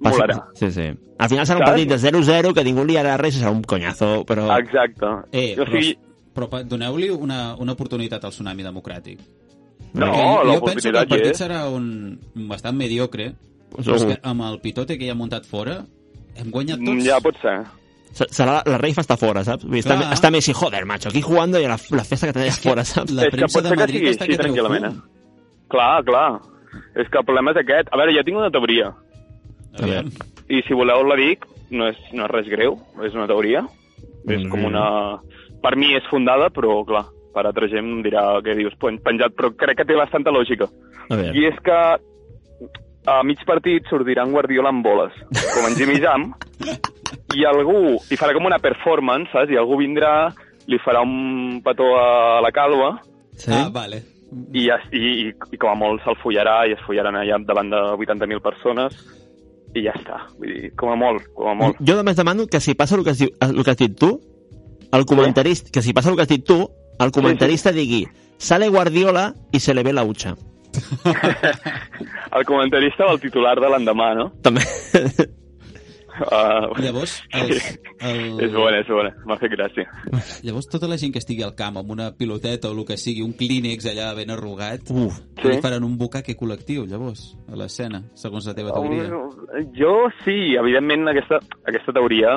Speaker 2: Passa-
Speaker 4: molarà.
Speaker 2: Sí, sí. Al final serà un
Speaker 4: Saps? Ah,
Speaker 2: partit de 0-0 que ningú li harà res i serà un conyazo, però...
Speaker 4: Exacte.
Speaker 3: Eh,
Speaker 4: o sigui,
Speaker 3: però, però pa- doneu-li una, una oportunitat al tsunami democràtic.
Speaker 4: No,
Speaker 3: Perquè jo penso que el
Speaker 4: l'oportunitat hi
Speaker 3: partit
Speaker 4: és.
Speaker 3: serà un bastant mediocre, però és
Speaker 2: Segur.
Speaker 3: que amb el pitote que hi ha muntat fora hem guanyat tots.
Speaker 4: Mm, Ja pot ser.
Speaker 2: Se- Serà, la reifa està fora, saps? Vull dir, Està,
Speaker 3: Clar.
Speaker 2: està Messi, joder, macho, aquí jugando i la, la festa que tenies fora, saps?
Speaker 3: La
Speaker 4: és que
Speaker 3: premsa
Speaker 4: pot
Speaker 3: de
Speaker 4: ser que
Speaker 3: Madrid
Speaker 4: sigui
Speaker 3: està
Speaker 4: així
Speaker 3: que treu
Speaker 4: tranquil·lament.
Speaker 3: fum.
Speaker 4: Eh? Clar, clar. És que el problema és aquest. A veure, jo tinc una teoria.
Speaker 3: Aviam.
Speaker 4: I si voleu la dic, no és, no és res greu, és una teoria. És
Speaker 2: Mm.
Speaker 3: Mhm.
Speaker 4: com una... Per mi és fundada, però clar, per altra gent em dirà què dius, pen- penjat, però crec que té bastanta lògica.
Speaker 2: A veure,
Speaker 4: I és que a mig partit sortiran Guardiola amb boles, com en Jimmy Jam, i algú hi farà com una performance, saps? I algú vindrà, li farà un petó a la calva, eh?
Speaker 2: sí?
Speaker 3: Ah, vale.
Speaker 4: i, ja- i, i, i com a molt se'l follarà i es follaran allà davant de 80.000 persones i ja està. Vull dir, com a molt, com a molt.
Speaker 2: Jo només demano que si passa el que has, diu- el que has dit tu, el comentarista, que si passa el que has dit tu, el comentarista digui sale Guardiola i se le ve la ucha.
Speaker 4: El comentarista del titular de l'endemà, no?
Speaker 2: També.
Speaker 4: Uh,
Speaker 3: Llavors, els, el...
Speaker 4: és bona, és bona. M'ha fet gràcia.
Speaker 3: Llavors, tota la gent que estigui al camp amb una piloteta o el que sigui, un clínex allà ben arrugat,
Speaker 2: Uf,
Speaker 4: Sí.
Speaker 3: li faran un bucaque col·lectiu, llavors, a l'escena, segons la
Speaker 4: Oh,
Speaker 3: teva teoria.
Speaker 4: Jo sí, evidentment aquesta, aquesta teoria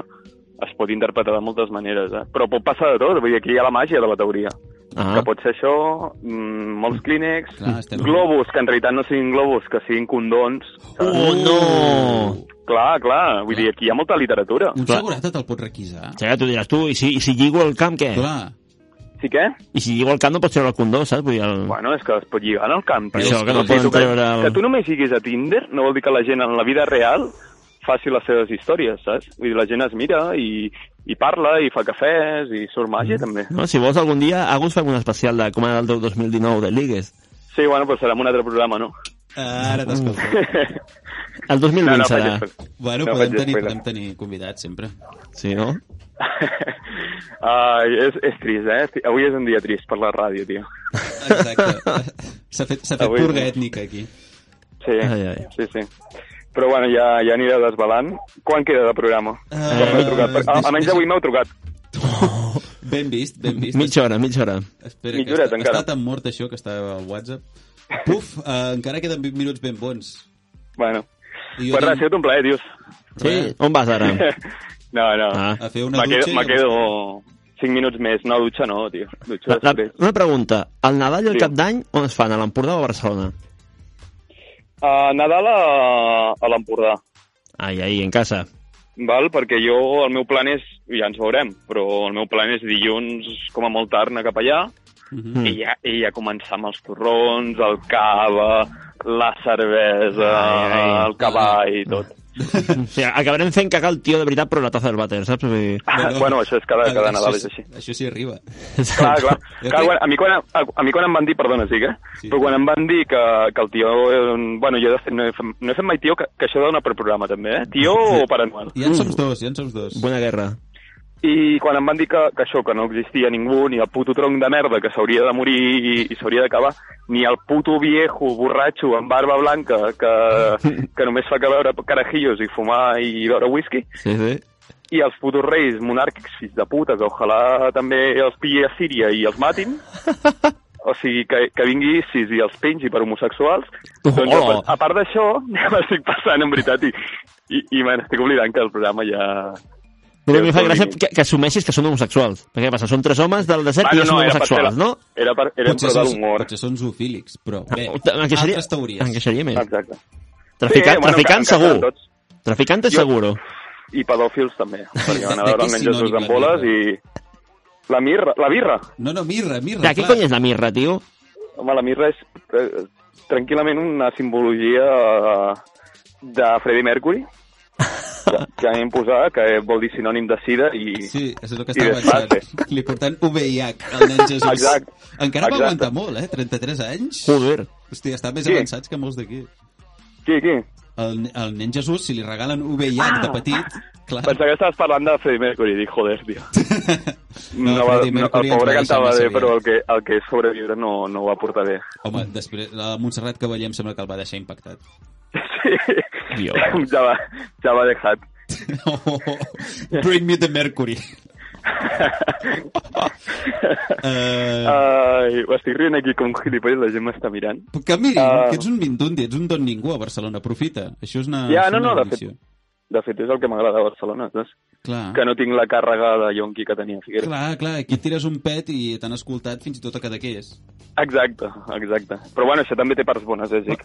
Speaker 4: es pot interpretar de moltes maneres, eh? però pot passar de tot, vull dir, aquí hi ha la màgia de la teoria, ah.
Speaker 2: ah,
Speaker 4: que pot ser això, mm, molts clínex,
Speaker 3: Clar, estem-
Speaker 4: globus, que en realitat no siguin globus, que siguin condons,
Speaker 3: Uh,
Speaker 4: saps?
Speaker 2: Oh, no!
Speaker 4: Clar, clar, vull dir, aquí hi ha molta literatura.
Speaker 3: Un
Speaker 2: Clar.
Speaker 3: segurata te'l pot requisar.
Speaker 2: Sí, ara tu diràs tu, i si, i si lligo el camp, què?
Speaker 3: Clar.
Speaker 2: Mm.
Speaker 4: Sí que?
Speaker 2: I si lligo el camp no pots treure el condó, saps? Vull dir, el...
Speaker 4: Bueno, és que es pot lligar en el camp.
Speaker 2: Per
Speaker 4: tio.
Speaker 2: Mm. això, que no
Speaker 4: O sigui,
Speaker 2: poden
Speaker 4: tu que,
Speaker 2: treure el-
Speaker 4: que tu només lliguis a Tinder no vol dir que la gent en la vida real faci les seves històries, saps? Vull dir, la gent es mira i, i parla i fa cafès i surt màgia, també.
Speaker 2: No, si vols, algun dia, Agus, fem un especial de com era el del 2019 de Ligues.
Speaker 4: Sí, bueno, però serà en un altre programa, no?
Speaker 3: Ara t'escolto.
Speaker 2: El 2020
Speaker 4: no, no, faig
Speaker 2: serà.
Speaker 4: espera.
Speaker 3: Bueno,
Speaker 4: No
Speaker 3: podem,
Speaker 4: faig
Speaker 3: tenir,
Speaker 4: spoiler.
Speaker 3: podem tenir convidats sempre.
Speaker 2: Sí, no?
Speaker 4: Ai, és, és trist, eh? Esti- Avui és un dia trist per la ràdio, tio.
Speaker 3: Exacte. S'ha fet, s'ha fet
Speaker 4: Avui-
Speaker 3: purga ètnica aquí.
Speaker 4: Sí,
Speaker 2: Ai, ai.
Speaker 4: sí, sí. Però bueno, ja, ja aniré desvelant. Quan queda de programa?
Speaker 2: Eh,
Speaker 4: Quan m'heu trucat? Per- a- Almenys avui m'heu trucat.
Speaker 3: Eh, Ben vist, ben vist.
Speaker 2: Mitja hora, mitja hora.
Speaker 3: Espera,
Speaker 4: Mitja
Speaker 3: que
Speaker 4: horeta
Speaker 3: està,
Speaker 4: encara.
Speaker 3: està tan mort això que està al WhatsApp. Puf, eh, encara queden 20 minuts ben bons.
Speaker 4: Bueno,
Speaker 3: I
Speaker 4: pues res, ha
Speaker 3: tinc-
Speaker 4: sigut un plaer, tios.
Speaker 2: Sí? Eh? On vas ara?
Speaker 4: No, no.
Speaker 2: Ah.
Speaker 3: a fer una
Speaker 4: Me
Speaker 3: dutxa...
Speaker 4: quedo, me
Speaker 3: i-
Speaker 4: quedo 5 minuts més. No, dutxa no, tio. Dutxa
Speaker 2: La, la,
Speaker 4: després.
Speaker 2: una pregunta. El Nadal i el
Speaker 4: Sí.
Speaker 2: Cap d'Any on es fan? A l'Empordà o a Barcelona?
Speaker 4: Uh, Nadal a, a l'Empordà,
Speaker 2: Ai, ai, en casa.
Speaker 4: val? Perquè jo, el meu plan és, ja ens veurem, però el meu plan és dilluns com a molt tard anar cap allà
Speaker 3: Mhm.
Speaker 4: mm. i, ja, i ja començar amb els torrons, el cava, la cervesa,
Speaker 2: Ai, ai.
Speaker 4: el cavall i tot.
Speaker 2: O sigui, acabarem fent cagar el tio de veritat però la taza del vàter, saps? Vull dir,
Speaker 4: Ah, bueno, això és cada,
Speaker 3: Ah,
Speaker 4: cada Nadal, és
Speaker 3: sí-
Speaker 4: així.
Speaker 3: Això sí arriba. Doncs,
Speaker 4: Clar, clar.
Speaker 3: Jo
Speaker 4: clar
Speaker 3: crec-
Speaker 4: quan, a, mi quan, a, a mi quan em van dir, perdona, sí, eh?
Speaker 3: Sí.
Speaker 4: Sí. Però quan em van dir que, que el tio... eh, Bueno, jo de fet no he, fet- no he fet mai tio, que, que això dona per programa, també, eh? Tio o per anual.
Speaker 3: Ja en som dos, ja en som dos.
Speaker 2: Bona guerra.
Speaker 4: I quan em van dir que, que això, que no existia ningú, ni el puto tronc de merda que s'hauria de morir i, i s'hauria d'acabar, ni el puto viejo borratxo amb barba blanca que, que només fa que veure carajillos i fumar i beure whisky,
Speaker 2: Sí, sí.
Speaker 4: i els putos reis monàrquics fills de puta, que ojalà també els pilli a Síria i els matin, o sigui, que, que vingui ISIS i els pengi per homosexuals, doncs a,
Speaker 2: Oh.
Speaker 4: part- a part d'això, m'estic passant, en veritat, i, i, i me n'estic oblidant que el programa ja...
Speaker 2: Però
Speaker 4: ja
Speaker 2: em
Speaker 4: és
Speaker 2: fa
Speaker 4: el
Speaker 2: gràcia
Speaker 4: límit.
Speaker 2: que, que assumeixis que són homosexuals. Perquè què passa? Són tres homes del
Speaker 4: Ah,
Speaker 2: desert i ja són homosexuals, no?
Speaker 4: Era per, era per de l'humor.
Speaker 3: potser són zoofílics, però bé,
Speaker 2: Encaixaria,
Speaker 3: altres teories.
Speaker 2: encaixaria més.
Speaker 4: Exacte. eh,
Speaker 2: Traficant,
Speaker 4: bueno,
Speaker 2: traficant
Speaker 4: enca- encaixen
Speaker 2: segur.
Speaker 4: tots.
Speaker 2: Traficant és
Speaker 4: Jo-
Speaker 2: seguro.
Speaker 4: I pedòfils també, perquè van a
Speaker 3: De- de
Speaker 4: veure
Speaker 3: què és
Speaker 4: el nen Jesús
Speaker 3: sinònim
Speaker 4: amb
Speaker 3: la
Speaker 4: boles i...
Speaker 3: birra?
Speaker 4: La mirra, la birra.
Speaker 3: No, no, mirra, mirra,
Speaker 2: Ja, què
Speaker 3: clar.
Speaker 2: cony és la mirra, tio?
Speaker 4: Home, la mirra és eh, tranquil·lament una simbologia eh, de Freddie Mercury, que, que hem posat, que vol dir sinònim de sida i...
Speaker 3: Sí, és el que
Speaker 4: I
Speaker 3: estava
Speaker 4: desfase.
Speaker 3: pensant. Li portant VIH al nen Jesús.
Speaker 4: Exacte.
Speaker 3: Encara va
Speaker 4: Exacte.
Speaker 3: aguantar molt, eh? 33 anys.
Speaker 2: Joder.
Speaker 3: Hòstia, està més
Speaker 4: Sí.
Speaker 3: avançats que molts d'aquí.
Speaker 4: Qui, qui?
Speaker 3: El, el nen Jesús, si li regalen VIH de petit, clar,
Speaker 4: Pensava que estaves parlant de Freddie Mercury, dic, joder, tio.
Speaker 3: No,
Speaker 4: va,
Speaker 3: Freddie Mercury
Speaker 4: no, el
Speaker 3: ens va
Speaker 4: pobre
Speaker 3: deixar
Speaker 4: cantava
Speaker 3: massa
Speaker 4: bé,
Speaker 3: aviat.
Speaker 4: però el que, el que és sobreviure no, no ho va portar bé.
Speaker 3: home, després la Montserrat Cavaller em sembla que el va deixar impactat.
Speaker 4: Sí.
Speaker 2: Dios.
Speaker 4: Ja va, ja va deixat.
Speaker 3: Oh, bring me the Mercury.
Speaker 4: Ah,
Speaker 3: Uh,
Speaker 4: Ai, ho estic rient aquí com un gilipolles, la gent m'està mirant.
Speaker 3: que miri,
Speaker 4: Ah.
Speaker 3: que ets un mindundi, ets un don ningú a Barcelona, aprofita. Això és una...
Speaker 4: Ja,
Speaker 3: és
Speaker 4: no,
Speaker 3: una
Speaker 4: no, de
Speaker 3: bendició.
Speaker 4: De fet, és el que m'agrada a Barcelona, saps?
Speaker 3: Clar.
Speaker 4: Que no tinc la càrrega de yonqui que tenia a Figueres.
Speaker 3: Clar, clar, aquí tires un pet i t'han escoltat fins i tot a Cadaqués.
Speaker 4: Exacte, exacte. Però bueno, això també té parts bones, eh, Gic?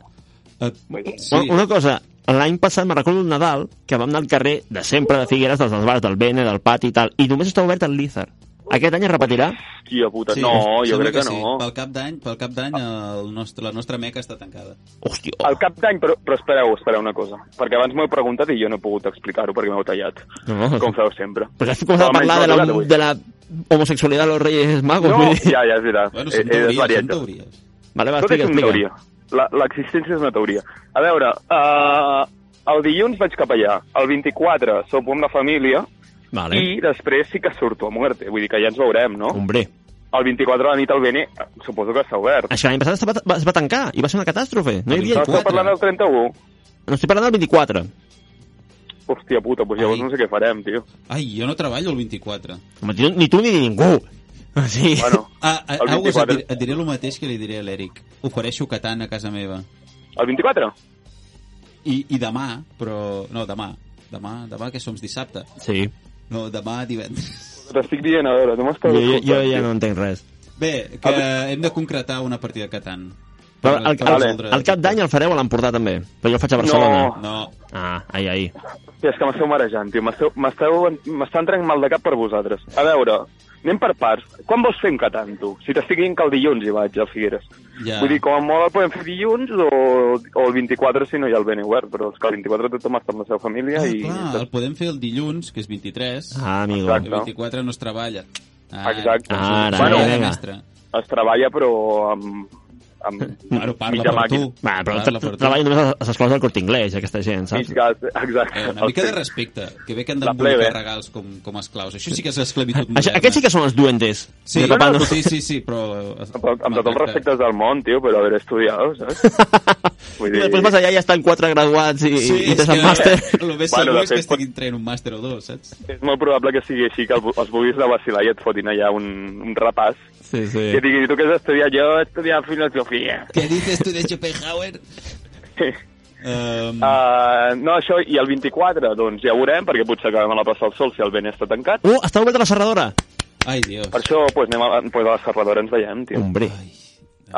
Speaker 3: Et...
Speaker 4: Vull dir,
Speaker 2: Sí. Una cosa, l'any passat me recordo un Nadal que vam anar al carrer de sempre de Figueres, dels bars del Bene, del pati i tal, i només està obert el Lízar. Aquest any es repetirà?
Speaker 4: Hòstia puta, sí, no, jo
Speaker 3: sembla
Speaker 4: crec que,
Speaker 3: sí.
Speaker 4: no. Ah.
Speaker 3: Pel cap d'any, pel cap d'any, el nostre, la nostra meca està tancada.
Speaker 2: Hòstia,
Speaker 4: Al cap d'any, però, però espereu, espereu una cosa, perquè abans m'ho he preguntat i jo no he pogut explicar-ho perquè m'heu tallat,
Speaker 2: No, no.
Speaker 4: com feu sempre.
Speaker 2: Però has començat a
Speaker 4: Però
Speaker 2: parlar de
Speaker 4: almenys
Speaker 2: la,
Speaker 4: m'ho heu
Speaker 2: de la homosexualitat dels Reyes Magos.
Speaker 4: tocat
Speaker 2: vull
Speaker 4: avui.
Speaker 2: dir.
Speaker 4: No, ja, ja, Eh, és veritat.
Speaker 3: Bueno,
Speaker 4: he,
Speaker 3: són
Speaker 4: he
Speaker 3: teories,
Speaker 4: desvariat
Speaker 3: són
Speaker 4: ja.
Speaker 3: teories.
Speaker 2: Vale, va,
Speaker 4: Tot
Speaker 2: explica,
Speaker 4: és una
Speaker 2: explica.
Speaker 4: teoria. La- L'existència és una teoria. A veure, uh, el dilluns vaig cap allà, el 24 sopo amb la família
Speaker 2: Vale.
Speaker 4: i després sí que surto a muerte, vull dir que ja ens veurem, no?
Speaker 2: Hombre,
Speaker 4: El 24 de la nit al Bene, eh, suposo que està obert.
Speaker 2: això l'any passat es va, va- es va tancar i va ser una catàstrofe. No, hi havia...
Speaker 4: No,
Speaker 3: quatre.
Speaker 4: està parlant del 31.
Speaker 2: no estic parlant del 24.
Speaker 4: Hòstia puta, doncs llavors
Speaker 3: Ai.
Speaker 4: no sé què farem, tio.
Speaker 3: Ai, jo no treballo el 24.
Speaker 2: Home, tio, ni tu ni ningú. Sí.
Speaker 4: Bueno,
Speaker 3: Ah, ah,
Speaker 4: El
Speaker 3: August, et,
Speaker 4: 24.
Speaker 3: dir- et diré el mateix que li diré a l'Eric. Ofereixo Catan a casa meva.
Speaker 4: el 24?
Speaker 3: I, I demà, però... No, demà. Demà, demà que som dissabte.
Speaker 2: Sí.
Speaker 3: No, demà divendres.
Speaker 4: T'estic Doncs dient, a veure, tu m'estàs
Speaker 2: Jo, jo, jo
Speaker 4: escoltant,
Speaker 2: ja
Speaker 4: tio.
Speaker 2: no entenc res.
Speaker 3: Bé,
Speaker 4: Ah,
Speaker 3: que hem de concretar una partida de Catan.
Speaker 2: Però el, el,
Speaker 4: Vale.
Speaker 2: el, el cap d'any el fareu a l'Empordà també. Però jo el faig a Barcelona.
Speaker 4: No.
Speaker 3: No,
Speaker 2: Ah, ai, ai.
Speaker 4: Hòstia, és que m'esteu marejant, tio. M'esteu- m'esteu- M'està entrant mal de cap per vosaltres. A veure, anem per parts. Quan vols fer un catant, tu? Si t'estic dient que el dilluns hi vaig, al Figueres.
Speaker 3: ja...
Speaker 4: Vull dir, com a molt el podem fer dilluns o, o el 24 si no hi ha el Bene obert, però és que el 24 tothom està amb la seva família
Speaker 3: Ah,
Speaker 4: i...
Speaker 3: clar, el podem fer el dilluns, que és 23.
Speaker 2: Ah,
Speaker 3: El
Speaker 2: amigo.
Speaker 4: Exacte.
Speaker 3: 24 no es treballa. Ah,
Speaker 4: Exacte.
Speaker 2: Ara,
Speaker 3: bueno,
Speaker 2: vinga.
Speaker 3: mestre.
Speaker 4: Es treballa, però amb... amb
Speaker 3: Bueno, parla
Speaker 4: mitja
Speaker 3: per
Speaker 4: màquina.
Speaker 3: tu.
Speaker 2: Va, però
Speaker 3: Parla
Speaker 2: tra-
Speaker 3: per tu.
Speaker 2: treballen només a les escoles del Corte Inglés, aquesta gent, saps?
Speaker 4: Mig gas, exacte.
Speaker 3: Eh, una mica de
Speaker 4: El-
Speaker 3: respecte, que bé que han
Speaker 4: La
Speaker 3: d'embolicar
Speaker 4: plebe.
Speaker 3: regals com, com esclaus. Això sí que és esclavitud
Speaker 2: Això,
Speaker 3: moderna.
Speaker 2: aquests sí que són els duendes.
Speaker 3: Sí,
Speaker 2: De
Speaker 3: no,
Speaker 2: tapar-
Speaker 3: no, sí, sí, sí, però...
Speaker 4: Amb, tot- amb tots els
Speaker 3: Maltractat.
Speaker 4: respectes del món, tio, però haver estudiat, saps? Vull
Speaker 2: I després vas allà i ja estan quatre graduats i,
Speaker 3: Sí,
Speaker 2: i
Speaker 3: és
Speaker 2: tens
Speaker 3: que
Speaker 2: el màster.
Speaker 3: el més
Speaker 4: Bueno,
Speaker 3: segur
Speaker 4: de
Speaker 3: és que
Speaker 4: fet, pot-
Speaker 3: estiguin traient un màster o dos, saps?
Speaker 4: És molt probable que sigui així, que el- els vulguis de vacilar i et fotin allà un, un repàs.
Speaker 2: Sí,
Speaker 4: Sí. I et
Speaker 2: sí.
Speaker 4: digui, tu què has estudiat? Jo he estudiat filosofia.
Speaker 3: Què dices tu de Schopenhauer? Um,
Speaker 4: Uh, no, això, i el 24, doncs ja veurem, perquè potser acabem a la plaça del Sol si el vent està tancat.
Speaker 2: Uh, està oberta la serradora!
Speaker 3: Ai, Dios.
Speaker 4: Per això, pues, anem a, pues, a la serradora ens veiem, tio.
Speaker 2: Hombre.
Speaker 3: Ai,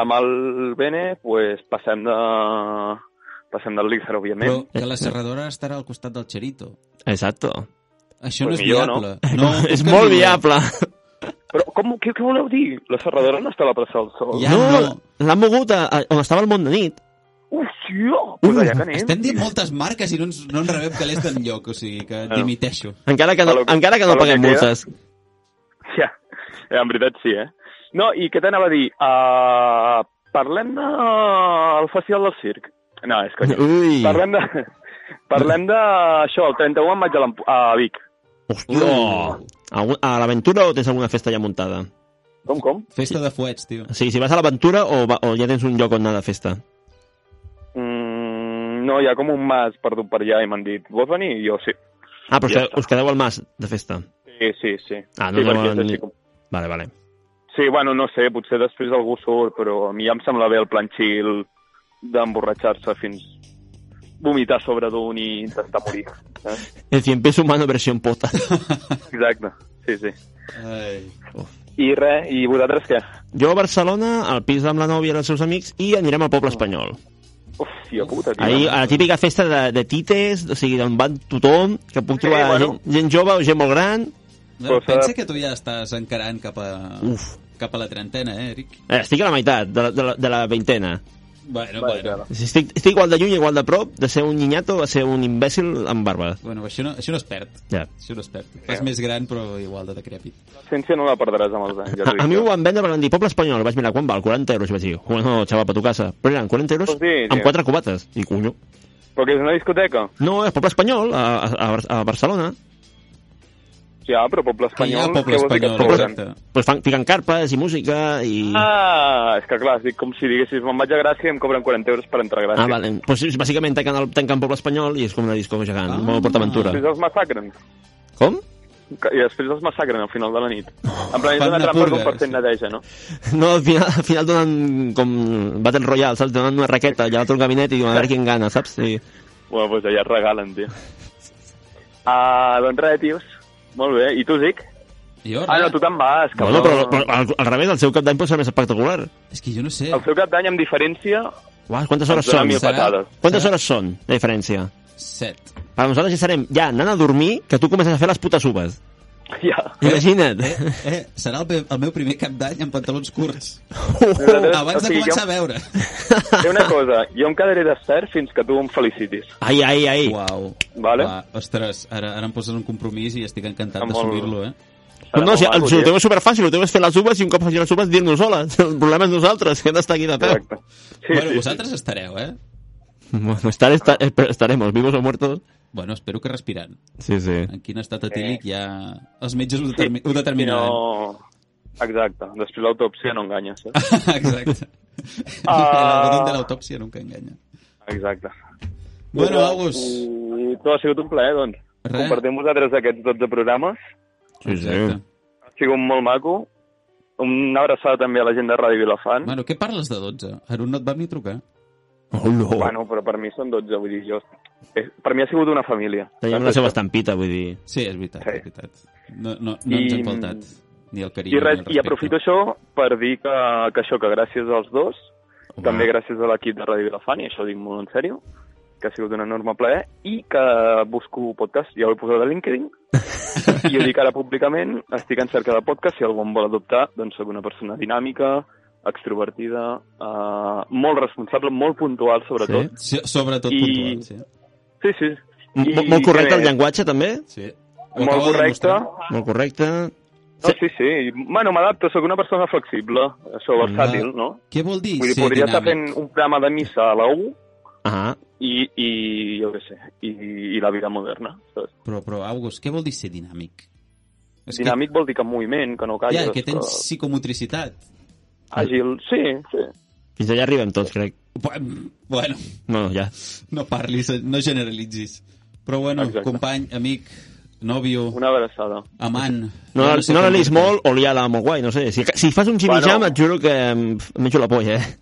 Speaker 4: Amb el Bene, pues, passem de... Passem del Lícer, òbviament.
Speaker 3: però que la serradora estarà al costat del Cherito.
Speaker 2: Exacto.
Speaker 3: Això no
Speaker 4: Pues
Speaker 3: és viable.
Speaker 4: millor,
Speaker 3: No,
Speaker 2: és
Speaker 3: que
Speaker 2: molt
Speaker 3: millor.
Speaker 2: viable.
Speaker 4: Però, com, què, què voleu dir? La serradora no està a la plaça del Sol?
Speaker 3: Ja
Speaker 2: no,
Speaker 3: no.
Speaker 2: l'han mogut a, a, on estava el món de nit.
Speaker 4: Hòstia! Pues allà que anem.
Speaker 3: Estem dient moltes marques i no ens, no ens rebem calés d'enlloc, o sigui que
Speaker 4: No.
Speaker 3: dimiteixo.
Speaker 2: Encara que no,
Speaker 4: A lo-
Speaker 2: encara que
Speaker 4: a
Speaker 2: no
Speaker 4: lo
Speaker 2: paguem
Speaker 4: que queda.
Speaker 2: multes.
Speaker 4: Ja, eh, en veritat sí, eh? No, i què t'anava a dir? Uh, parlem del de... el Festival del Circ. No, és conya.
Speaker 2: Ui,
Speaker 4: Parlem de... Parlem d'això, el 31 em vaig a, l'Amp- a Vic.
Speaker 2: hòstia. Algú- A l'aventura o tens alguna festa ja muntada?
Speaker 4: Com, com?
Speaker 3: Festa de fuets, tio.
Speaker 2: Sí, si vas a l'aventura o, va, o ja tens un lloc on anar de festa?
Speaker 4: Mm, no, hi ha com un mas perdut per allà i m'han dit, vols venir? I jo, sí.
Speaker 2: Ah, però
Speaker 4: Ja
Speaker 2: ja
Speaker 4: està.
Speaker 2: us quedeu al mas de festa.
Speaker 4: Sí, sí, sí.
Speaker 2: Ah, no
Speaker 4: sí,
Speaker 2: aneu
Speaker 4: perquè
Speaker 2: a
Speaker 4: és així
Speaker 2: ni-
Speaker 4: com-
Speaker 2: Vale, vale.
Speaker 4: Sí, bueno, no sé, potser després algú surt, però a mi ja em sembla bé el plan chill d'emborratxar-se fins vomitar sobre d'un i intentar morir. Eh?
Speaker 2: El 100 peso humano versión pota.
Speaker 4: Exacte, sí, sí.
Speaker 3: Ai.
Speaker 4: I res, i vosaltres què?
Speaker 2: Jo a Barcelona, al pis amb la nòvia i els seus amics, i anirem al poble espanyol.
Speaker 4: Hòstia puta, tio.
Speaker 2: Ahir, a la típica festa de, de tites, o sigui, d'on van tothom, que puc
Speaker 4: Sí,
Speaker 2: trobar
Speaker 4: bueno.
Speaker 2: gent, gent jove o gent molt gran.
Speaker 3: No,
Speaker 4: Cosa-
Speaker 3: pensa que tu ja estàs encarant cap a,
Speaker 2: Uf.
Speaker 3: cap a la trentena, eh, Eric?
Speaker 2: Eh, estic a la meitat de la, de la, de la veintena.
Speaker 3: Bueno,
Speaker 4: Vale,
Speaker 3: bueno.
Speaker 4: vale.
Speaker 2: Estic, estic igual de lluny, igual de prop, de ser un niñato a ser un imbècil amb barba.
Speaker 3: Bueno, això no, això no es perd.
Speaker 2: Ja.
Speaker 3: Això no es perd. Fas més gran, però igual de decrèpit.
Speaker 4: L'essència no la perdràs amb els anys, ja
Speaker 2: A,
Speaker 4: t'ho
Speaker 2: a mi ho
Speaker 4: dic.
Speaker 2: van vendre, però van dir, poble espanyol, vaig mirar, quan val? 40 euros. I vaig dir, bueno, xaval, per tu casa. Però eren 40 euros
Speaker 4: Pues sí,
Speaker 2: amb
Speaker 4: sí.
Speaker 2: quatre cubates. I conyo.
Speaker 4: Però que és una discoteca?
Speaker 2: No, és poble espanyol, a, a, a Barcelona.
Speaker 4: Ja, però poble
Speaker 3: Que hi ha
Speaker 4: espanyol,
Speaker 3: poble
Speaker 4: què vols dir que
Speaker 3: espanyol,
Speaker 4: et cobren?
Speaker 3: exacte.
Speaker 2: Pues fan, fiquen carpes i música i...
Speaker 4: Ah, és que clar, és com si diguessis, me'n vaig a Gràcia i em cobren 40 euros per entrar a Gràcia.
Speaker 2: Ah, vale. Pues, sí, bàsicament tanquen, el, tanquen poble espanyol i és com una disco gegant,
Speaker 3: Ah.
Speaker 2: ah. molt PortAventura.
Speaker 4: Si els massacren.
Speaker 2: Com?
Speaker 4: que- i després els massacren al final de la nit. En plan, és
Speaker 3: Fan una
Speaker 4: una trampa
Speaker 3: purga,
Speaker 4: com per fer
Speaker 3: sí.
Speaker 4: neteja, no?
Speaker 2: No, al final, al final donen com Battle Royale, saps? Donen una raqueta allà al teu gabinet i diuen a veure quin gana, saps? Sí.
Speaker 4: Bueno, doncs allà et regalen, tio. Ah, doncs res, tios. Molt bé. I tu, Zic?
Speaker 3: Jo,
Speaker 4: Ah, no, tu te'n vas,
Speaker 2: Bueno,
Speaker 4: cabró.
Speaker 2: però, però al, al revés, el seu cap d'any pot ser més espectacular.
Speaker 3: És que jo no sé.
Speaker 4: El seu cap d'any, amb diferència,
Speaker 2: Uau, quantes hores
Speaker 4: ens dona
Speaker 2: són?
Speaker 4: mil
Speaker 3: serà?
Speaker 4: patades.
Speaker 2: Quantes
Speaker 3: Serà?
Speaker 2: hores són, de diferència?
Speaker 3: Set.
Speaker 2: Per nosaltres ja serem ja anant a dormir que tu comences a fer les putes uves.
Speaker 4: Ja.
Speaker 2: Imagina't.
Speaker 3: Eh, eh, serà el, pe- el meu primer cap d'any amb pantalons curts.
Speaker 4: Nosaltres-
Speaker 3: oh, Abans
Speaker 4: Eh, o
Speaker 3: de
Speaker 4: sigui,
Speaker 3: començar eh? a veure.
Speaker 4: Jo, té una cosa, jo em quedaré despert fins que tu em felicitis.
Speaker 2: Ai, ai, ai.
Speaker 3: Uau.
Speaker 4: Vale.
Speaker 3: Va, ostres, ara, ara em poses un compromís i estic encantat
Speaker 4: Molt-
Speaker 3: d'assumir-lo, eh?
Speaker 2: No, no,
Speaker 4: Serà
Speaker 2: si el,
Speaker 4: molt
Speaker 2: si el teu
Speaker 4: maco,
Speaker 2: és superfàcil, el teu és fer les uves i un cop facin les uves dir-nos hola. El problema és nosaltres, que hem d'estar aquí de
Speaker 4: tio.
Speaker 2: peu.
Speaker 4: Correcte. Sí,
Speaker 3: bueno,
Speaker 4: sí,
Speaker 3: vosaltres estareu, eh?
Speaker 2: Bueno, estar, estar, esp- estaremos vivos o muertos.
Speaker 3: Bueno, espero que respirant.
Speaker 2: Sí, sí.
Speaker 3: En quin estat etílic ja... Els metges ho, determi... ho
Speaker 4: sí.
Speaker 3: determinaran.
Speaker 4: No... Exacte. Després l'autòpsia no eh? enganya, saps?
Speaker 3: Exacte.
Speaker 4: Ah.
Speaker 3: L'algodon de l'autòpsia nunca enganya.
Speaker 4: Exacte.
Speaker 3: Bueno, Agus,
Speaker 4: I tu ha sigut un plaer, doncs.
Speaker 3: Res.
Speaker 4: Compartir amb vosaltres aquests 12 programes.
Speaker 2: Sí, sí.
Speaker 3: Exacte.
Speaker 4: Ha sigut molt maco. Una abraçada també a la gent de Ràdio Vilafant.
Speaker 3: Bueno, què parles de 12? En un no et vam ni trucar.
Speaker 2: Oh, no.
Speaker 4: Bueno, però per mi són 12, vull dir, jo... eh, Per mi ha sigut una família.
Speaker 2: Tenim la seva estampita, vull dir.
Speaker 3: Sí, és veritat,
Speaker 4: Sí.
Speaker 3: és veritat. No, no, no ens
Speaker 4: I-
Speaker 3: hem faltat. Ni el carinyo,
Speaker 4: I,
Speaker 3: ni el
Speaker 4: res,
Speaker 3: respecte.
Speaker 4: I aprofito això per dir que, que això, que gràcies als dos, Home. també gràcies a l'equip de Ràdio Vilafant, i això ho dic molt en sèrio, que ha sigut un enorme plaer, i que busco podcast, ja ho he posat a LinkedIn, i ho dic ara públicament, estic en cerca de podcast, si algú em vol adoptar, doncs soc una persona dinàmica, extrovertida, eh, molt responsable, molt puntual, sobretot.
Speaker 3: Sí, sobretot
Speaker 4: I-
Speaker 3: puntual, sí.
Speaker 4: Sí, sí.
Speaker 2: M-
Speaker 4: I-
Speaker 2: Molt correcte
Speaker 4: què
Speaker 2: el
Speaker 4: més?
Speaker 2: llenguatge, també?
Speaker 3: sí. Ho
Speaker 4: Molt
Speaker 3: acabo de
Speaker 4: correcte.
Speaker 3: demostrar.
Speaker 2: Molt correcte.
Speaker 4: No, sí, sí. Bueno, m'adapto, sóc una persona flexible, això, versàtil, no?
Speaker 3: Què vol dir
Speaker 4: Vull dir,
Speaker 3: ser
Speaker 4: podria estar fent
Speaker 3: dinàmic?
Speaker 4: un programa de missa a la U
Speaker 2: Ah,
Speaker 4: i, i jo què sé, i, i la vida moderna. Saps?
Speaker 3: Però, però, August, què vol dir ser dinàmic? És que-
Speaker 4: Dinàmic vol dir que en moviment, que no calles,
Speaker 3: Ja, que tens
Speaker 4: que...
Speaker 3: psicomotricitat.
Speaker 4: àgil. Sí, sí.
Speaker 2: fins allà arribem tots, crec.
Speaker 3: Bu- Bueno,
Speaker 2: No, no, ja.
Speaker 3: no parlis, no generalitzis. Però bueno,
Speaker 4: Exacte.
Speaker 3: company, amic, nòvio,
Speaker 4: Una abraçada.
Speaker 3: amant...
Speaker 2: No,
Speaker 3: jo
Speaker 2: no,
Speaker 3: sé
Speaker 2: no
Speaker 3: com
Speaker 2: l'anís
Speaker 3: dir-te.
Speaker 2: molt o liar-la molt guai, no sé. Si, si fas un Jimmy
Speaker 4: Bueno.
Speaker 2: Jam et juro que em menjo la polla, eh?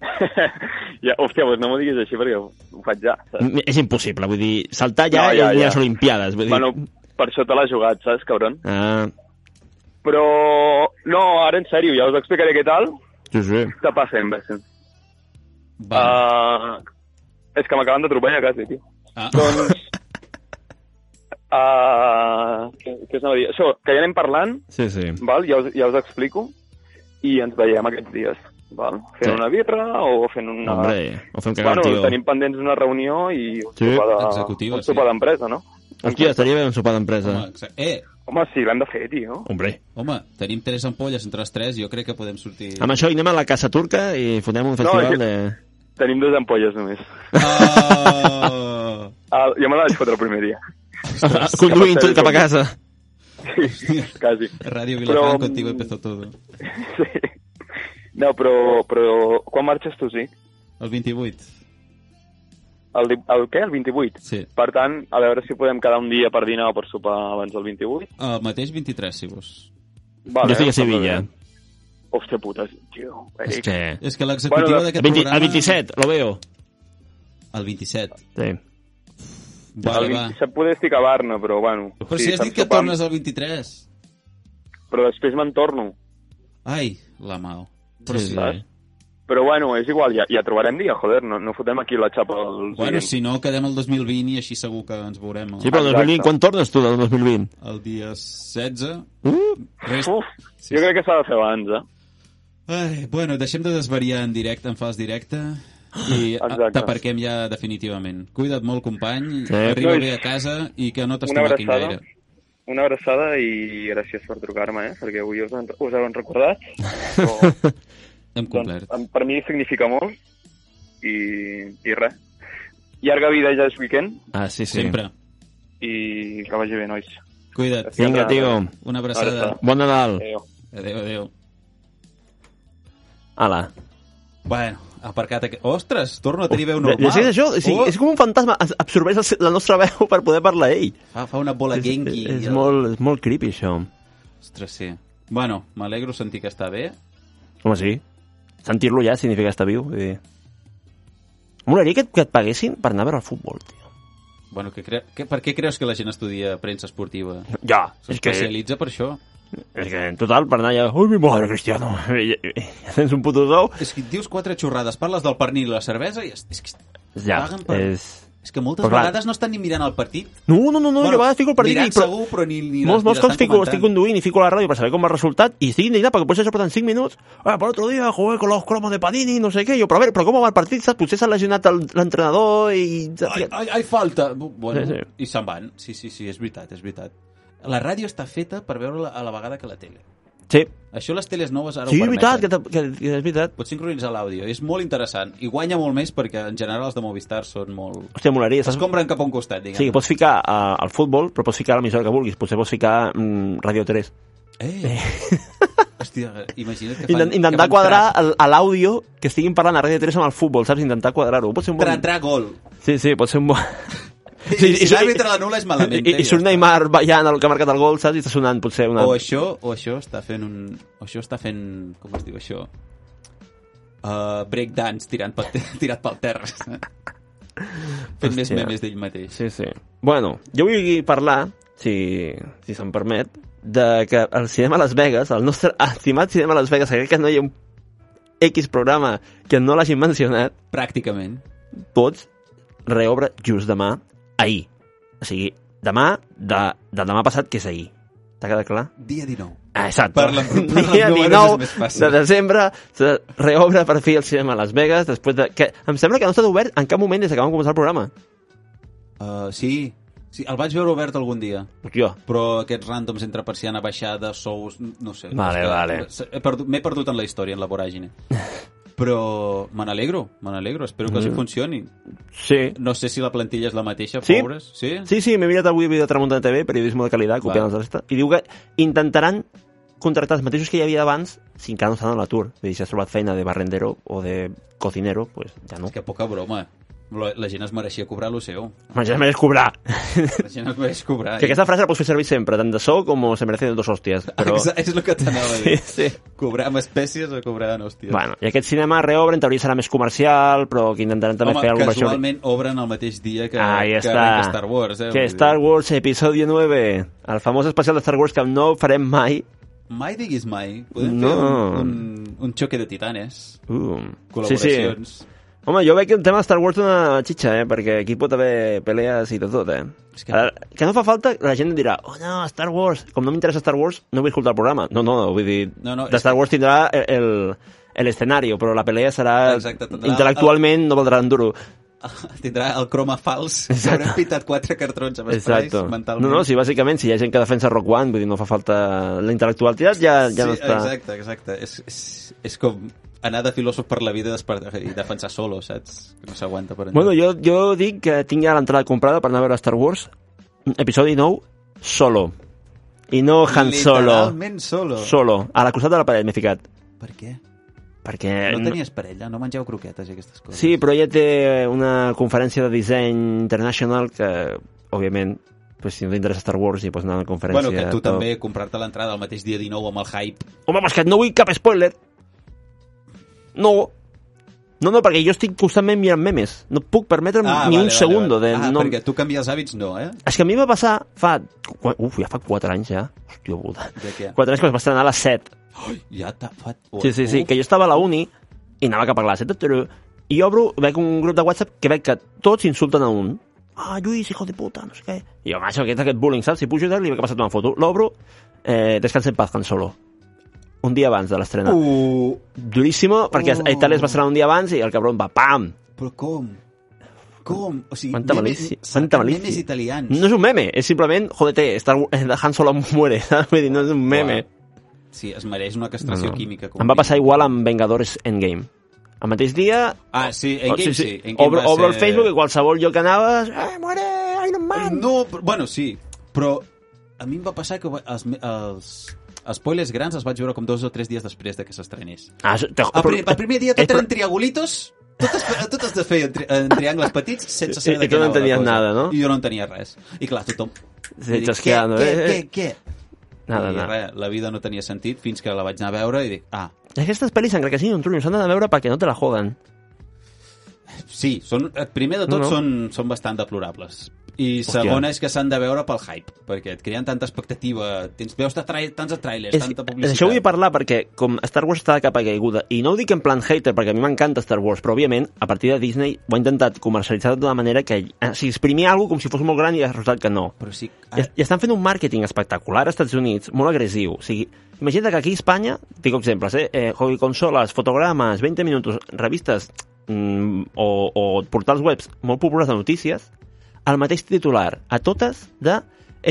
Speaker 4: ja, hòstia, doncs no m'ho diguis així perquè ho faig ja. Saps?
Speaker 3: Mm,
Speaker 2: M- És impossible, vull dir, saltar ja,
Speaker 4: No,
Speaker 2: i
Speaker 4: ja,
Speaker 2: ja,
Speaker 4: ja.
Speaker 2: les Olimpiades, vull dir...
Speaker 4: Bueno, per això te l'has jugat, saps, cabron?
Speaker 2: Ah,
Speaker 4: Però, no, ara en sèrio, ja us explicaré què tal.
Speaker 2: sí, sí.
Speaker 4: Què passa, imbècil?
Speaker 3: Va.
Speaker 4: Uh, és que m'acaben de trobar ja quasi, tio.
Speaker 3: Ah,
Speaker 4: Doncs... Uh, què, què us anava a dir? Això, que ja anem parlant,
Speaker 2: Sí, sí.
Speaker 4: val? Ja, us, ja us explico, i ens veiem aquests dies. Val? Fent
Speaker 2: Sí.
Speaker 4: sí. una birra o fent una...
Speaker 2: No. Hombre, o fem cagar,
Speaker 4: bueno,
Speaker 2: tio.
Speaker 4: tenim pendents una reunió i un
Speaker 2: Sí.
Speaker 4: sopar de-
Speaker 3: Executiva,
Speaker 4: un sopar
Speaker 3: sí.
Speaker 4: d'empresa, no?
Speaker 2: Hòstia, estaria bé un sopar d'empresa.
Speaker 3: home, exacte. eh,
Speaker 4: Home, sí, l'hem de fer, tio.
Speaker 2: Hombre.
Speaker 3: home, tenim tres ampolles entre les tres, jo crec que podem sortir...
Speaker 2: Amb això hi anem a la Casa Turca i fotem un festival
Speaker 4: és que-
Speaker 2: de...
Speaker 4: Tenim dues ampolles només.
Speaker 3: Oh!
Speaker 4: Ah, jo me la vaig fotre el primer dia.
Speaker 2: Conduint
Speaker 4: cap a
Speaker 2: tot cap a casa.
Speaker 4: Sí, quasi.
Speaker 3: Ràdio Vilafranco,
Speaker 4: Però, mm,
Speaker 3: contigo empezó todo.
Speaker 4: Sí. No, però, però quan marxes tu, sí?
Speaker 3: El 28.
Speaker 4: El, di- el què? El 28?
Speaker 3: Sí.
Speaker 4: Per tant, a veure si podem quedar un dia per dinar o per sopar abans del 28.
Speaker 3: El mateix 23, si vols.
Speaker 4: Vale,
Speaker 2: Jo estic a
Speaker 4: està molt
Speaker 2: Sevilla.
Speaker 4: bé. Hòstia puta, tio.
Speaker 2: És
Speaker 4: Eric.
Speaker 2: que...
Speaker 3: És que l'executiva
Speaker 4: Bueno,
Speaker 2: El,
Speaker 3: d'aquest
Speaker 2: 20,
Speaker 3: programa...
Speaker 2: el 27, lo veo.
Speaker 3: El 27.
Speaker 2: Sí.
Speaker 4: El
Speaker 3: Vale, va.
Speaker 4: 27 poder estic a Barna, però bueno.
Speaker 3: Però si has
Speaker 4: fem
Speaker 3: dit que
Speaker 4: sopar,
Speaker 3: tornes al 23.
Speaker 4: Però després me'n torno.
Speaker 3: Ai, la mao. Però
Speaker 2: Sí,
Speaker 3: si...
Speaker 2: sí.
Speaker 4: Però bueno, és igual, ja, ja trobarem dia, joder, no, no fotem aquí la xapa als
Speaker 3: Bueno,
Speaker 4: oients.
Speaker 3: si no, quedem el 2020 i així segur que ens veurem el,
Speaker 2: Sí, però el 2020,
Speaker 4: Exacte.
Speaker 2: quan tornes tu del 2020?
Speaker 3: el dia 16.
Speaker 2: Uh!
Speaker 3: Res...
Speaker 4: Uf,
Speaker 3: Sí,
Speaker 4: jo
Speaker 3: sí.
Speaker 4: crec que s'ha de fer abans, eh?
Speaker 3: Ai, bueno, deixem de desvariar en directe, en fals directe, i
Speaker 4: Exacte.
Speaker 3: t'aparquem ja definitivament. Cuida't molt, company,
Speaker 2: Sí.
Speaker 3: sí. arriba
Speaker 4: Nois.
Speaker 3: bé a casa i que no
Speaker 4: Una
Speaker 3: t'estomaquin
Speaker 4: abraçada.
Speaker 3: gaire.
Speaker 4: Una abraçada i gràcies per trucar-me, eh? Perquè avui us, han, us heu recordat. Però,
Speaker 3: Hem complert.
Speaker 2: ah,
Speaker 4: Doncs, em- per mi significa molt i, i res. Llarga vida ja és weekend
Speaker 2: Ah, sí, sí.
Speaker 3: Sempre.
Speaker 4: i que vagi bé, nois.
Speaker 3: Cuida't.
Speaker 2: Vinga, tio.
Speaker 3: Una abraçada.
Speaker 4: Abraçada.
Speaker 2: Bon
Speaker 3: Mm.
Speaker 4: Eh.
Speaker 2: Nadal.
Speaker 4: Adéu.
Speaker 3: Adéu, adéu.
Speaker 2: Ala.
Speaker 3: Bueno, aparcat aquest... Ostres, torno a tenir veu normal.
Speaker 2: Normal. És això, o sigui,
Speaker 3: Oh,
Speaker 2: és com un fantasma, es- absorbeix el se- la nostra veu per poder parlar a ell.
Speaker 3: fa, fa una bola
Speaker 2: És,
Speaker 3: Genki.
Speaker 2: és, molt, és molt creepy, això.
Speaker 3: Ostres, sí. Bueno, m'alegro sentir que està bé.
Speaker 2: Home, sí. Sentir-lo ja significa estar viu. Vull dir. Molaria que, et- que et paguessin per anar a veure el futbol, tio.
Speaker 3: Bueno, que cre... que, per què creus que la gent estudia premsa esportiva?
Speaker 2: Ja, és que,
Speaker 3: S'especialitza per això.
Speaker 2: és que en total, per anar ja... Ui, mi madre, Cristiano! Ja, ja tens un puto sou.
Speaker 3: És que dius quatre xorrades, parles del pernil i la cervesa i és, és que,
Speaker 2: Ja,
Speaker 3: Paguen per-
Speaker 2: és...
Speaker 3: és que moltes
Speaker 2: Però clar.
Speaker 3: vegades no estan ni mirant el partit.
Speaker 2: No, no, no, no bueno, jo a vegades fico el partit i...
Speaker 3: mirant
Speaker 2: Però...
Speaker 3: segur, però ni... ni
Speaker 2: Molts,
Speaker 3: ni
Speaker 2: molts cops
Speaker 3: l'estan
Speaker 2: fico,
Speaker 3: comentant.
Speaker 2: estic conduint i fico la ràdio per saber com va el resultat i estic indignat perquè potser això porten 5 minuts ah, per otro dia jugué con los cromos de Panini no sé què, jo, però a veure, però com va el partit saps? potser s'ha lesionat el- l'entrenador i...
Speaker 3: Ai, ai, ai, falta! Bu- Bueno, sí,
Speaker 2: Sí, sí.
Speaker 3: sí. I se'n van. Sí, sí, sí, és veritat, és veritat. La ràdio està feta per veure-la a la vegada que la tele.
Speaker 2: Sí,
Speaker 3: Això les teles noves ara
Speaker 2: sí
Speaker 3: ho
Speaker 2: és veritat, que,
Speaker 3: permeten.
Speaker 2: te- que, que és veritat
Speaker 3: Pots sincronitzar l'àudio, és molt interessant. I guanya molt més perquè en general els de Movistar són molt...
Speaker 2: Hòstia, molaria, saps?
Speaker 3: S'escombren cap a un costat,
Speaker 2: Sí,
Speaker 3: diguem.
Speaker 2: que pots ficar eh, al futbol, però pots ficar a l'emissora que vulguis. Potser pots ficar mm, Radio 3.
Speaker 3: Eh! Hòstia, imagina't que fan...
Speaker 2: Intent, intentar quadrar el- a l'àudio que estiguin parlant a Radio 3 amb el futbol, saps? Intentar quadrar-ho. Pot ser un bon...
Speaker 3: Tra, tra, gol.
Speaker 2: Sí, sí, pot ser un bon...
Speaker 3: I si l'àrbitre l'anul·la és malament,
Speaker 2: I,
Speaker 3: eh,
Speaker 2: i, i surt
Speaker 3: ja
Speaker 2: Neymar ballant el que ha marcat el gol, saps? I està sonant potser una...
Speaker 3: O això, o això està fent un... O això està fent... Com es diu això? Uh, breakdance tirant pel, te- tirat pel terra. fent més
Speaker 2: Hòstia.
Speaker 3: memes d'ell mateix.
Speaker 2: Sí, sí. Bueno, jo vull parlar, si, si se'm permet, de que el cinema Las Vegas, el nostre estimat cinema Las Vegas, que crec que no hi ha un X programa que no l'hagin mencionat,
Speaker 3: Pràcticament.
Speaker 2: tots reobre just demà, ahir. O sigui, demà de, de demà passat, que és ahir. T'ha quedat clar?
Speaker 3: Dia 19.
Speaker 2: Ah, exacte.
Speaker 3: Per la- per la
Speaker 2: Dia
Speaker 3: número és
Speaker 2: 19
Speaker 3: més fàcil.
Speaker 2: de desembre se reobre per fi el cinema a Las Vegas després de... Que em sembla que no ha estat obert en cap moment des que vam començar el programa.
Speaker 3: Uh, sí, sí, el vaig veure obert algun dia.
Speaker 2: Hòstia,
Speaker 3: Però aquests ràndoms entre persiana baixada, sous, no sé.
Speaker 2: Vale,
Speaker 3: És que
Speaker 2: vale.
Speaker 3: s- he perdut- M'he perdut en la història, en la voràgine. Però me n'alegro, me n'alegro. Espero que així
Speaker 2: Mm.
Speaker 3: funcioni.
Speaker 2: sí.
Speaker 3: No sé si la plantilla és la mateixa,
Speaker 2: Sí.
Speaker 3: pobres. Sí?
Speaker 2: Sí, sí, m'he mirat avui vídeo de Tramuntana TV, periodisme de qualitat, copiant
Speaker 3: Va.
Speaker 2: els restes, i diu que intentaran contractar els mateixos que hi havia abans si encara no estan a l'atur. Vull dir, si has trobat feina de barrendero o de cocinero, pues ja no.
Speaker 3: És que poca broma. La, la gent es mereixia cobrar lo seu.
Speaker 2: Home, ja es mereix cobrar.
Speaker 3: La gent es mereix cobrar. eh?
Speaker 2: Que aquesta frase la pots fer servir sempre, tant de so com se merecen dos hòsties. Però...
Speaker 3: Exa- És el que t'anava a dir.
Speaker 2: Sí, sí.
Speaker 3: Cobrar amb espècies o cobrar en hòsties.
Speaker 2: Bueno, i aquest cinema reobre, en teoria serà més comercial, però que intentaran també
Speaker 3: Home,
Speaker 2: fer alguna versió...
Speaker 3: casualment obren el mateix dia que,
Speaker 2: Ahí
Speaker 3: que
Speaker 2: està.
Speaker 3: arrenca Star Wars. Eh?
Speaker 2: Que
Speaker 3: Vull
Speaker 2: Star
Speaker 3: dir,
Speaker 2: Wars Episodio 9, el famós especial de Star Wars que no farem mai.
Speaker 3: Mai diguis mai. Podem
Speaker 2: No.
Speaker 3: fer un, un, un xoque de titanes.
Speaker 2: Uh, sí, sí.
Speaker 3: Col·laboracions. Sí, sí.
Speaker 2: Home, jo veig que el tema de Star Wars una xitxa, eh? Perquè aquí pot haver pelees i de tot, eh?
Speaker 3: És que-
Speaker 2: Que... Ara, que no fa falta, la gent dirà, oh no, Star Wars, com no m'interessa Star Wars, no vull escoltar el programa. No, no, vull dir,
Speaker 3: No, no,
Speaker 2: de
Speaker 3: és
Speaker 2: Star Wars tindrà el- el l'escenari, però la pelea serà
Speaker 3: Exacte, tindrà-
Speaker 2: intel·lectualment no valdrà duro.
Speaker 3: Tindrà el croma fals. Exacte. Haurem pintat quatre cartrons amb esprais
Speaker 2: Exacte.
Speaker 3: mentalment.
Speaker 2: No, no, sí, bàsicament, si hi ha gent que defensa Rock One, vull dir, no fa falta... La intel·lectualitat ja, ja no
Speaker 3: sí,
Speaker 2: està...
Speaker 3: Exacte, exacte. És, és, és com anar de filòsof per la vida i desper- i defensar solo, saps? Que no s'aguanta per
Speaker 2: Bueno, jo, jo dic que tinc ja l'entrada comprada per anar a veure Star Wars, mm, episodi 9, solo. I no Han Solo.
Speaker 3: Literalment solo.
Speaker 2: Solo. A la costat de la paret m'he ficat.
Speaker 3: Per què?
Speaker 2: Perquè...
Speaker 3: No tenies parella? No mengeu croquetes i aquestes coses?
Speaker 2: Eh, Sí, però ella té una conferència de disseny internacional que, òbviament, pues, si no t'interessa Star Wars i pots anar a la conferència...
Speaker 3: Bueno, que tu
Speaker 2: tot.
Speaker 3: també comprar-te l'entrada el mateix dia 19 amb el hype.
Speaker 2: Home, però és Oh, que no vull cap spoiler. No. No, no, perquè jo estic constantment mirant memes. No puc permetre'm ni un segundo
Speaker 3: Ah, vale.
Speaker 2: de...
Speaker 3: Ah,
Speaker 2: no...
Speaker 3: perquè tu canvies hàbits no, eh?
Speaker 2: És que a mi em va passar fa... Uf, ja fa 4 anys ja. Hòstia puta.
Speaker 3: De què?
Speaker 2: 4 anys que es va estrenar a les 7.
Speaker 3: Oh, ja t'ha Oh! fet...
Speaker 2: Sí, sí, sí, que jo estava a la uni i anava cap a classe. tut, tut, I obro, veig un grup de WhatsApp que veig que tots insulten a un. Ah, Lluís, hijo de puta, no sé què. I jo, macho, aquest, aquest bullying, saps? Si pujo i tal, li veig que ha passat una foto. L'obro, eh, descansa en paz, Han Solo. Un dia abans de l'estrena. Uh.
Speaker 3: Uh,
Speaker 2: Duríssimo, perquè
Speaker 3: Uh.
Speaker 2: uh. Italia es va estrenar un dia abans i el cabron va, pam!
Speaker 3: però com? Com? O sigui,
Speaker 2: Quanta
Speaker 3: memes-
Speaker 2: malícia. Quanta malícia.
Speaker 3: Memes italians.
Speaker 2: No és un meme, és simplement, jodete, Star Wars- eh, Han Solo muere, saps? Vull dir, no és un meme.
Speaker 3: Sí, es mereix una castració
Speaker 2: No, no.
Speaker 3: química. com
Speaker 2: Em va
Speaker 3: mínim.
Speaker 2: passar igual amb Vengadores Endgame. El mateix dia...
Speaker 3: Ah, sí,
Speaker 2: Oh,
Speaker 3: en Game sí. En Game
Speaker 2: Obro,
Speaker 3: va
Speaker 2: obro el
Speaker 3: ser-
Speaker 2: Facebook i qualsevol lloc que anaves... Eh, muere, Iron Man!
Speaker 3: No, però, bueno, sí, però a mi em va passar que va- els, me- els, Spoilers grans els vaig veure com dos o tres dies després de que s'estrenés.
Speaker 2: Ah, te,
Speaker 3: El, primer, el primer dia tot
Speaker 2: però- eh,
Speaker 3: eren triangulitos, tot es, tot es feia en, tri, en triangles petits sense
Speaker 2: I-
Speaker 3: saber
Speaker 2: i
Speaker 3: de
Speaker 2: tu
Speaker 3: què
Speaker 2: no
Speaker 3: anava la
Speaker 2: entenies
Speaker 3: cosa.
Speaker 2: nada, no?
Speaker 3: I jo no entenia res. I clar, tothom...
Speaker 2: Se
Speaker 3: Dic,
Speaker 2: chasqueando,
Speaker 3: què,
Speaker 2: eh, eh.
Speaker 3: Què, què, què?
Speaker 2: Nada,
Speaker 3: I
Speaker 2: nada.
Speaker 3: res, la vida no tenia sentit fins que la vaig anar a veure i dic, ah,
Speaker 2: Aquestes pel·lis, encara que siguin un truño, s'han d'anar a veure perquè no te la juguen.
Speaker 3: sí, són, eh, primer de tot
Speaker 2: No, no.
Speaker 3: Són, són bastant deplorables. I
Speaker 2: Hòstia.
Speaker 3: segona és que s'han de veure pel hype, perquè et creen tanta expectativa, tens, veus de trai, tants trailers,
Speaker 2: És,
Speaker 3: tanta
Speaker 2: és
Speaker 3: publicitat.
Speaker 2: això vull parlar perquè com Star Wars està de capa caiguda i no ho dic en plan hater perquè a mi m'encanta Star Wars però òbviament a partir de Disney ho ha intentat comercialitzar d'una manera que eh, si exprimia alguna com si fos molt gran i ha resultat que no
Speaker 3: Però sí,
Speaker 2: I, i estan fent un màrqueting espectacular als Estats Units, molt agressiu. O sigui, imagina't que aquí a Espanya, dic exemples, eh? eh hobby consoles, fotogrames, 20 minuts, revistes mm, o, o portals webs molt populars de notícies, el mateix titular a totes de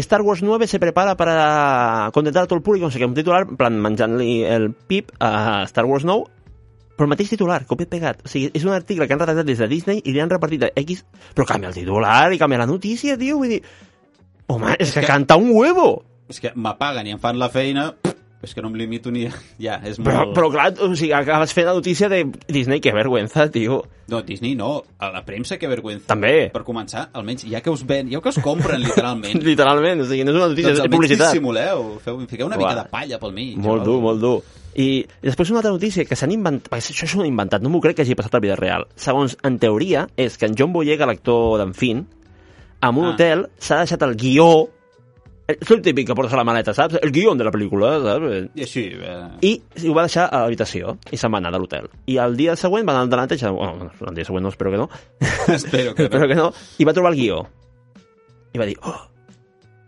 Speaker 2: Star Wars 9 se prepara para contentar a tot el públic, no sé què, un titular, en plan, menjant-li el pip a Star Wars 9, però el mateix titular, copiat pegat. O sigui, és un article que han redactat des de Disney i li han repartit a X... Però canvia el titular i canvia la notícia, tio, vull dir... Home, és que
Speaker 3: que-
Speaker 2: canta un huevo!
Speaker 3: és que m'apaguen i em fan la feina, és que no em limito ni... Ja, és molt...
Speaker 2: Però, però clar, o sigui, acabes fent la notícia de Disney, que vergüenza, tio.
Speaker 3: No, Disney no, a la premsa que vergüenza.
Speaker 2: També.
Speaker 3: Per començar, almenys, ja que us ven, ja que us compren literalment,
Speaker 2: Literalment, o sigui, no és una notícia,
Speaker 3: doncs
Speaker 2: és
Speaker 3: almenys
Speaker 2: publicitat.
Speaker 3: dissimuleu, feu, fiqueu una
Speaker 2: Uah.
Speaker 3: mica de palla pel mig.
Speaker 2: Molt
Speaker 3: o
Speaker 2: dur,
Speaker 3: alguna
Speaker 2: molt dur. I després una altra notícia que s'han inventat, perquè això s'ho han inventat, no m'ho crec que hagi passat a la vida real. Segons, en teoria, és que en John Boyega, l'actor d'en Finn, en un
Speaker 3: Ah.
Speaker 2: ah. hotel s'ha deixat el guió... eh, És el típic que portes a la maleta, saps? El guió de la pel·lícula, saps?
Speaker 3: cosa. I així, eh,
Speaker 2: I ho va deixar a l'habitació i se'n va anar de l'hotel. I el dia següent va anar al delante i ja- bueno, el dia següent no, espero que no,
Speaker 3: espero que
Speaker 2: espero
Speaker 3: no.
Speaker 2: que no, i va trobar el guió. I va dir, oh,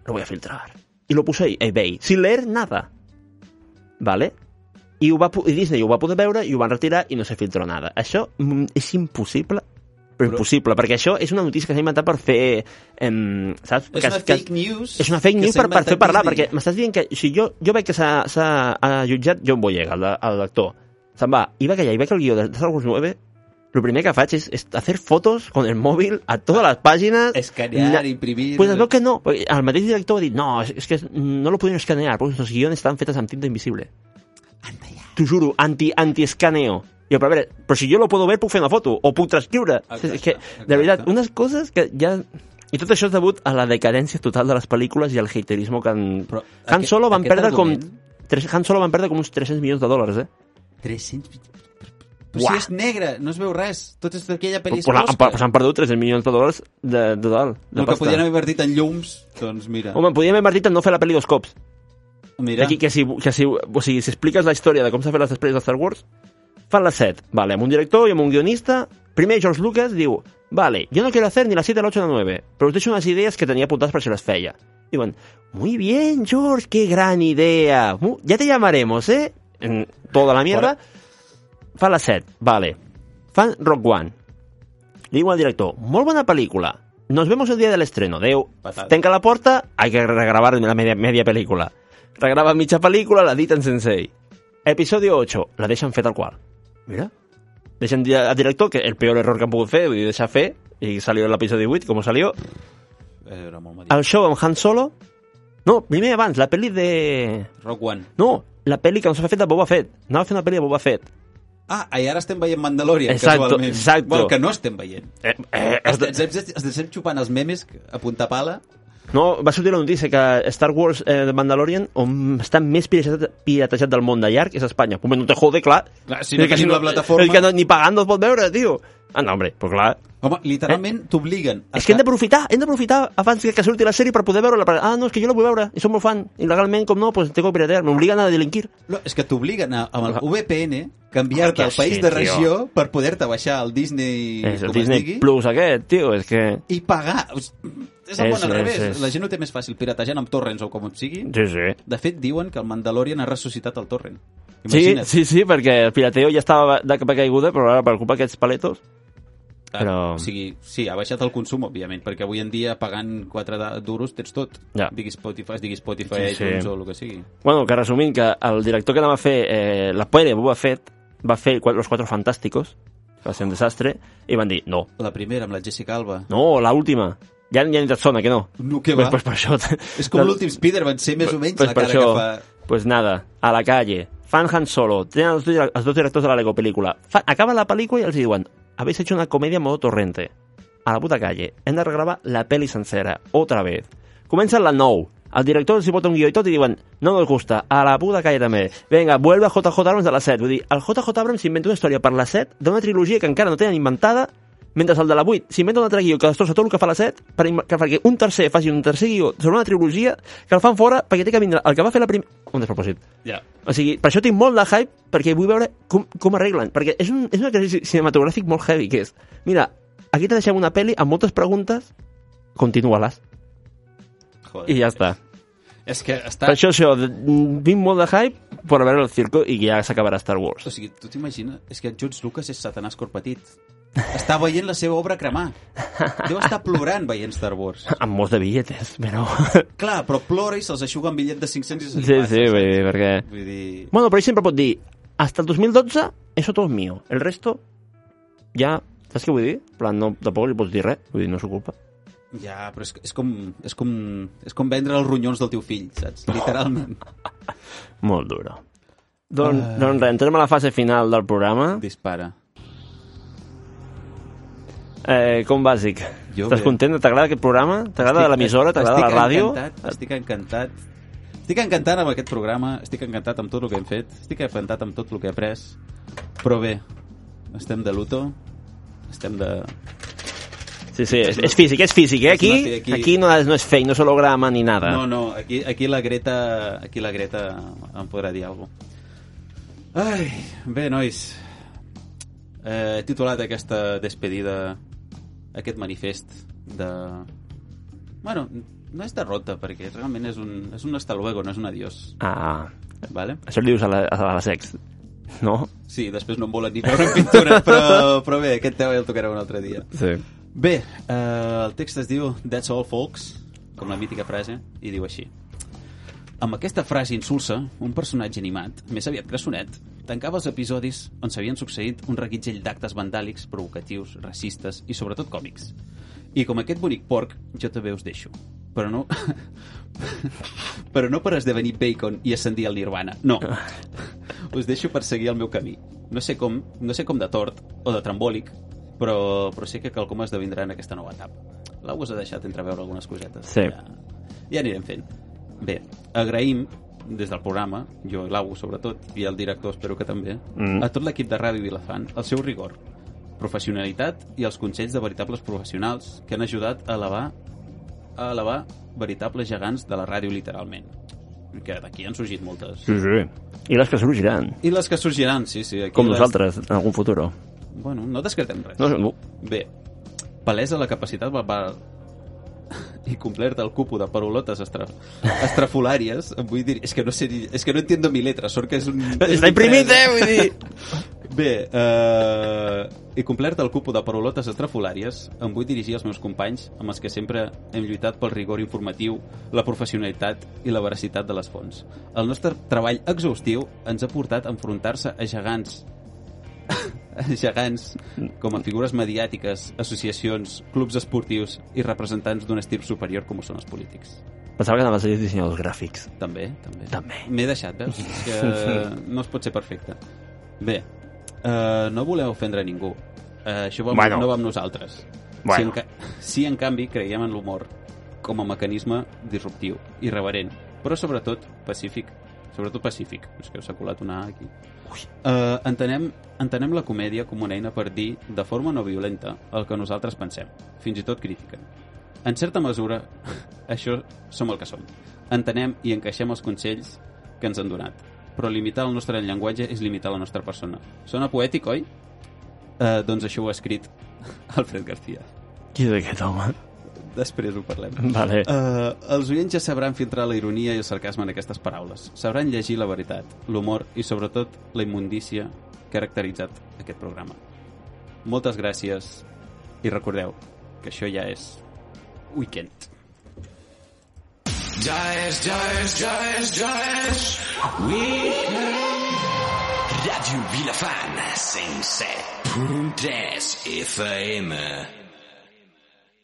Speaker 2: lo voy a filtrar. I lo puso ahí, eBay, sin leer nada. ¿Vale? I, ho va, po- I Disney ho va poder veure i ho van retirar i no se filtró nada. Això mm, és impossible però
Speaker 3: Però-
Speaker 2: impossible, perquè això és una notícia que s'ha inventat per fer... Em, saps?
Speaker 3: És
Speaker 2: que,
Speaker 3: una
Speaker 2: que-
Speaker 3: fake news.
Speaker 2: és una
Speaker 3: que
Speaker 2: fake news
Speaker 3: s'ha
Speaker 2: per, per fer
Speaker 3: inventat
Speaker 2: parlar,
Speaker 3: Disney.
Speaker 2: perquè m'estàs dient que... O sigui, jo, jo veig que s'ha s'ha ha jutjat John Boyega, eh, el de- el l'actor. Se'n va, i va callar, i veig el guió de Star Wars 9, lo primer que faig és, és hacer fotos con el mòbil a totes les pàgines...
Speaker 3: Escanear,
Speaker 2: Na-
Speaker 3: imprimir...
Speaker 2: Pues es veu que no, perquè el mateix director va dir no, és, és que no lo podien escanear, perquè els guions estan fetes amb tinta invisible. T'ho juro, anti, anti-escaneo. Jo, però a veure, però si jo lo puedo ver, puc fer una foto, o puc transcriure.
Speaker 3: Exacte,
Speaker 2: és que,
Speaker 3: exacte.
Speaker 2: de veritat, unes coses que ja... I tot això és degut a la decadència total de les pel·lícules i al haterisme que han...
Speaker 3: Però
Speaker 2: Han
Speaker 3: aquest-
Speaker 2: Solo van
Speaker 3: aquest
Speaker 2: perdre
Speaker 3: argument-
Speaker 2: com... Tres, Han Solo van perdre com uns 300 milions de dòlars, eh?
Speaker 3: 300... Però si
Speaker 2: Uah.
Speaker 3: és negre, no es veu res. Tot és d'aquella pel·li
Speaker 2: Però han- però s'han perdut 300 milions de dòlars de, de total. De
Speaker 3: El que
Speaker 2: pasta.
Speaker 3: podien haver invertit en llums, doncs mira.
Speaker 2: Home, podien haver invertit en no fer la pel·li dos cops.
Speaker 3: mira.
Speaker 2: Aquí, que si, que si, o sigui, si expliques la història de com s'ha fet les després de Star Wars, fan les 7, vale, amb un director i amb un guionista. Primer George Lucas diu, vale, yo no quiero hacer ni la 7, la 8 ni la 9, pero os deixo unas ideas que tenía apuntadas para si las feia. Diuen, muy bien, George, qué gran idea. Mu- Ya te llamaremos, eh? En toda la mierda. Fan la 7, vale. Fan Rock One. Le digo al director, muy buena película. Nos vemos el día del estreno. Deu,
Speaker 3: Patada.
Speaker 2: tenga la puerta, hay que regrabar la media, media película. Regrava mitja película, la editen sensei. Episodio 8, la deixen fer tal qual. Mira. Deixen dir al director que el peor error que han pogut fer, vull dir, deixar fer, i salió l'episodi 8, com salió.
Speaker 3: Eh, Era molt mediocre.
Speaker 2: El show amb Han Solo... No, primer abans, la pel·li de...
Speaker 3: Rock One.
Speaker 2: No, la pel·li que no s'ha fet de Boba Fett. Anava a fer una pel·li de Boba Fett.
Speaker 3: Ah, i ara estem veient Mandalorian,
Speaker 2: Exacto,
Speaker 3: casualment.
Speaker 2: exacto.
Speaker 3: Bueno, que no estem veient.
Speaker 2: Eh, eh,
Speaker 3: Es,
Speaker 2: has de-
Speaker 3: ens, ens, ens estem xupant els memes a punta pala.
Speaker 2: No, va sortir la notícia que Star Wars eh, de Mandalorian, on està més piratejat, piratejat del món de llarg, és Espanya. Home, no te jode, clar.
Speaker 3: Clar, si no
Speaker 2: És que
Speaker 3: tenim la plataforma-
Speaker 2: És que no, ni pagant no es pot veure, tio. Ah, no, hombre, però clar.
Speaker 3: Home, literalment t'obliguen. a
Speaker 2: Eh? És que
Speaker 3: estar-
Speaker 2: hem d'aprofitar, hem d'aprofitar abans que, que surti la sèrie per poder veure-la. perquè, Ah, no, és que jo la vull veure, i som molt fan. I legalment, com no, pues, tengo que piratear, m'obliguen a delinquir.
Speaker 3: No, és que t'obliguen a- amb el VPN canviar-te
Speaker 2: Ah, que
Speaker 3: al país
Speaker 2: sí,
Speaker 3: de
Speaker 2: tio.
Speaker 3: regió per poder-te baixar al Disney,
Speaker 2: és el
Speaker 3: com es
Speaker 2: Disney
Speaker 3: digui,
Speaker 2: Plus aquest, tio, és que...
Speaker 3: i pagar. És el
Speaker 2: És-
Speaker 3: món al
Speaker 2: és-
Speaker 3: revés.
Speaker 2: és.
Speaker 3: La gent ho té més fàcil piratejant amb torrents o com et sigui.
Speaker 2: Sí, sí.
Speaker 3: De fet, diuen que el Mandalorian ha ressuscitat el torrent.
Speaker 2: Sí,
Speaker 3: Imagina't.
Speaker 2: sí, sí, perquè el pirateo ja estava de cap a caiguda, però ara per culpa d'aquests paletos...
Speaker 3: Ah,
Speaker 2: però-
Speaker 3: O sigui, sí, ha baixat el consum, òbviament, perquè avui en dia pagant 4 de- duros tens tot.
Speaker 2: Ja.
Speaker 3: Digui Spotify, digui Spotify,
Speaker 2: Sí,
Speaker 3: sí,
Speaker 2: sí.
Speaker 3: iTunes o el que sigui.
Speaker 2: Bueno, que resumint, que el director que anava a fer eh, la pere Boba Fett va fer Cua- Los Cuatro Fantásticos, que va ser un desastre, i van dir, no,
Speaker 3: La primera, amb la Jessica Alba.
Speaker 2: no, la última. Ja, ja ni et sona, que no.
Speaker 3: No, que
Speaker 2: pues,
Speaker 3: va.
Speaker 2: pues per això...
Speaker 3: és com l'últim Spider-Man, ser més o menys la cara que fa...
Speaker 2: Pues nada, a la calle. Fan Han Solo. Tienen els dos, direc- els dos directors de la Lego pel·lícula. Fa, acaba la pel·lícula i els diuen habéis hecho una comedia en modo torrente. A la puta calle. Hem de regravar la peli sencera. Otra vez. Comença la 9. El director els hi bota un guió i tot i diuen no nos gusta, a la puta calle també. Vinga, vuelve a JJ Abrams a la 7. Vull dir, el JJ Abrams s'inventa una història per la 7 d'una trilogia que encara no tenen inventada mentre el de la 8 s'inventa un altre guió que destrossa tot el que fa la 7 per, im- que perquè un tercer faci un tercer guió sobre una trilogia que el fan fora perquè té que vindre el que va fer la primera... Un despropòsit.
Speaker 3: Ja.
Speaker 2: O sigui, per això tinc molt de hype, perquè vull veure com, com arreglen. Perquè és un, és un exercici cinematogràfic molt heavy, que és... Mira, aquí te deixem una pel·li amb moltes preguntes, continua-les,
Speaker 3: Joder.
Speaker 2: i ja està.
Speaker 3: És que està...
Speaker 2: Per això, això, de- mm, vinc molt de hype per veure el circo i ja s'acabarà Star Wars.
Speaker 3: O sigui, tu t'imagines? És que George Lucas és satanàs cor petit. Està veient la seva obra cremar. Deu estar plorant veient Star Wars.
Speaker 2: Amb molts de billetes, però...
Speaker 3: Clar, però plora i se'ls aixuga un bitllet de 500 i se'ls
Speaker 2: Sí,
Speaker 3: passa,
Speaker 2: sí,
Speaker 3: saps?
Speaker 2: vull dir, perquè...
Speaker 3: Vull dir...
Speaker 2: Bueno, però ell sempre pot dir hasta el 2012 eso todo es mío. El resto ja... Saps què vull dir? En plan, no, tampoc li pots dir res. Vull dir, no s'ho culpa.
Speaker 3: Ja, però és, és, com, és, com, és com vendre els ronyons del teu fill, saps? Literalment.
Speaker 2: Molt dura. Don,
Speaker 3: Ah.
Speaker 2: uh... Doncs res, entrem a la fase final del programa.
Speaker 3: Dispara.
Speaker 2: Eh, com bàsic.
Speaker 3: Jo
Speaker 2: Estàs
Speaker 3: bé.
Speaker 2: content? T'agrada aquest programa? T'agrada
Speaker 3: Estic-
Speaker 2: l'emissora? T'agrada la
Speaker 3: estic
Speaker 2: ràdio?
Speaker 3: Encantat, estic encantat. Estic encantat amb aquest programa, estic encantat amb tot el que hem fet, estic encantat amb tot el que he après, però bé, estem de luto, estem de...
Speaker 2: Sí, sí, és, és físic, és físic,
Speaker 3: És
Speaker 2: eh? Aquí,
Speaker 3: una fi- aquí-
Speaker 2: aquí no, és, no és fake, no és holograma ni nada.
Speaker 3: No, no, aquí, aquí la Greta aquí la Greta em podrà dir alguna cosa. Ai, bé, nois, eh, he titulat aquesta despedida, aquest manifest de... Bueno, no és derrota, perquè realment és un, és un hasta luego, no és un adiós,
Speaker 2: Ah,
Speaker 3: vale?
Speaker 2: això li dius a la, a la sex, no?
Speaker 3: Sí, després no em volen ni veure en pintura, però, però bé, aquest tema ja el tocarà un altre dia.
Speaker 2: Sí.
Speaker 3: Bé, eh, el text es diu That's all, folks, com la mítica frase, i diu així. Amb aquesta frase insulsa, un personatge animat, més aviat grassonet, tancava els episodis on s'havien succeït un reguitzell d'actes vandàlics, provocatius, racistes i sobretot còmics. I com aquest bonic porc, jo també us deixo. Però no... Però no per esdevenir bacon i ascendir al nirvana, no. Us deixo per seguir el meu camí. No sé com, no sé com de tort o de trambòlic, però, però sé que quelcom esdevindrà en aquesta nova etapa. L'au us ha deixat entreveure algunes cosetes.
Speaker 2: Sí.
Speaker 3: Ja, ja anirem fent. Bé, agraïm des del programa, jo i l'Au sobretot, i el director espero que també,
Speaker 2: Mm.
Speaker 3: a tot l'equip de Ràdio Vilafant, el seu rigor, professionalitat i els consells de veritables professionals que han ajudat a elevar, a elevar veritables gegants de la ràdio literalment. Que d'aquí han sorgit moltes.
Speaker 2: Sí, sí. I les que sorgiran,
Speaker 3: I les que sorgiran, sí, sí. Aquí
Speaker 2: com
Speaker 3: les...
Speaker 2: nosaltres, en algun futur. No,
Speaker 3: Bueno, no descartem res.
Speaker 2: no,
Speaker 3: Bé, palesa la capacitat verbal i complerta el cupo de parolotes estra... estrafolàries, em vull dir... És que no sé ni... És que no entiendo mi letra, sort que és un... és
Speaker 2: Està
Speaker 3: un
Speaker 2: imprimit,
Speaker 3: presa.
Speaker 2: eh? Vull dir...
Speaker 3: Bé, eh, i complert el cupo de parolotes estrafolàries, em vull dirigir als meus companys amb els que sempre hem lluitat pel rigor informatiu, la professionalitat i la veracitat de les fonts. El nostre treball exhaustiu ens ha portat a enfrontar-se a gegants a gegants com a figures mediàtiques, associacions, clubs esportius i representants d'un estil superior com ho són els polítics.
Speaker 2: Pensava que anaves a dir dissenyadors gràfics.
Speaker 3: També, també.
Speaker 2: També.
Speaker 3: M'he deixat, veus? És que no es pot ser perfecte. Bé, uh, no volem ofendre ningú. Uh, això va,
Speaker 2: Bueno.
Speaker 3: bueno. no va amb nosaltres.
Speaker 2: Bueno.
Speaker 3: Si, en ca... si, en canvi, creiem en l'humor com a mecanisme disruptiu, irreverent, però sobretot pacífic. Sobretot pacífic. És que s'ha colat una A aquí. Uh, entenem, entenem la comèdia com una eina per dir, de forma no violenta, el que nosaltres pensem, fins i tot crítica. En certa mesura, això som el que som. Entenem i encaixem els consells que ens han donat. Però limitar el nostre llenguatge és limitar la nostra persona. Sona poètic, oi? Uh, doncs això ho ha escrit Alfred García.
Speaker 2: Qui és aquest home?
Speaker 3: Després ho parlem.
Speaker 2: Vale.
Speaker 3: Uh, els oients ja sabran filtrar la ironia i el sarcasme en aquestes paraules. Sabran llegir la veritat, l'humor i, sobretot, la immundícia que ha caracteritzat aquest programa. Moltes gràcies i recordeu que això ja és weekend.
Speaker 5: Ja és, ja és, ja és, ja és... Weekend. Ràdio Vilafant, 107.3 FM.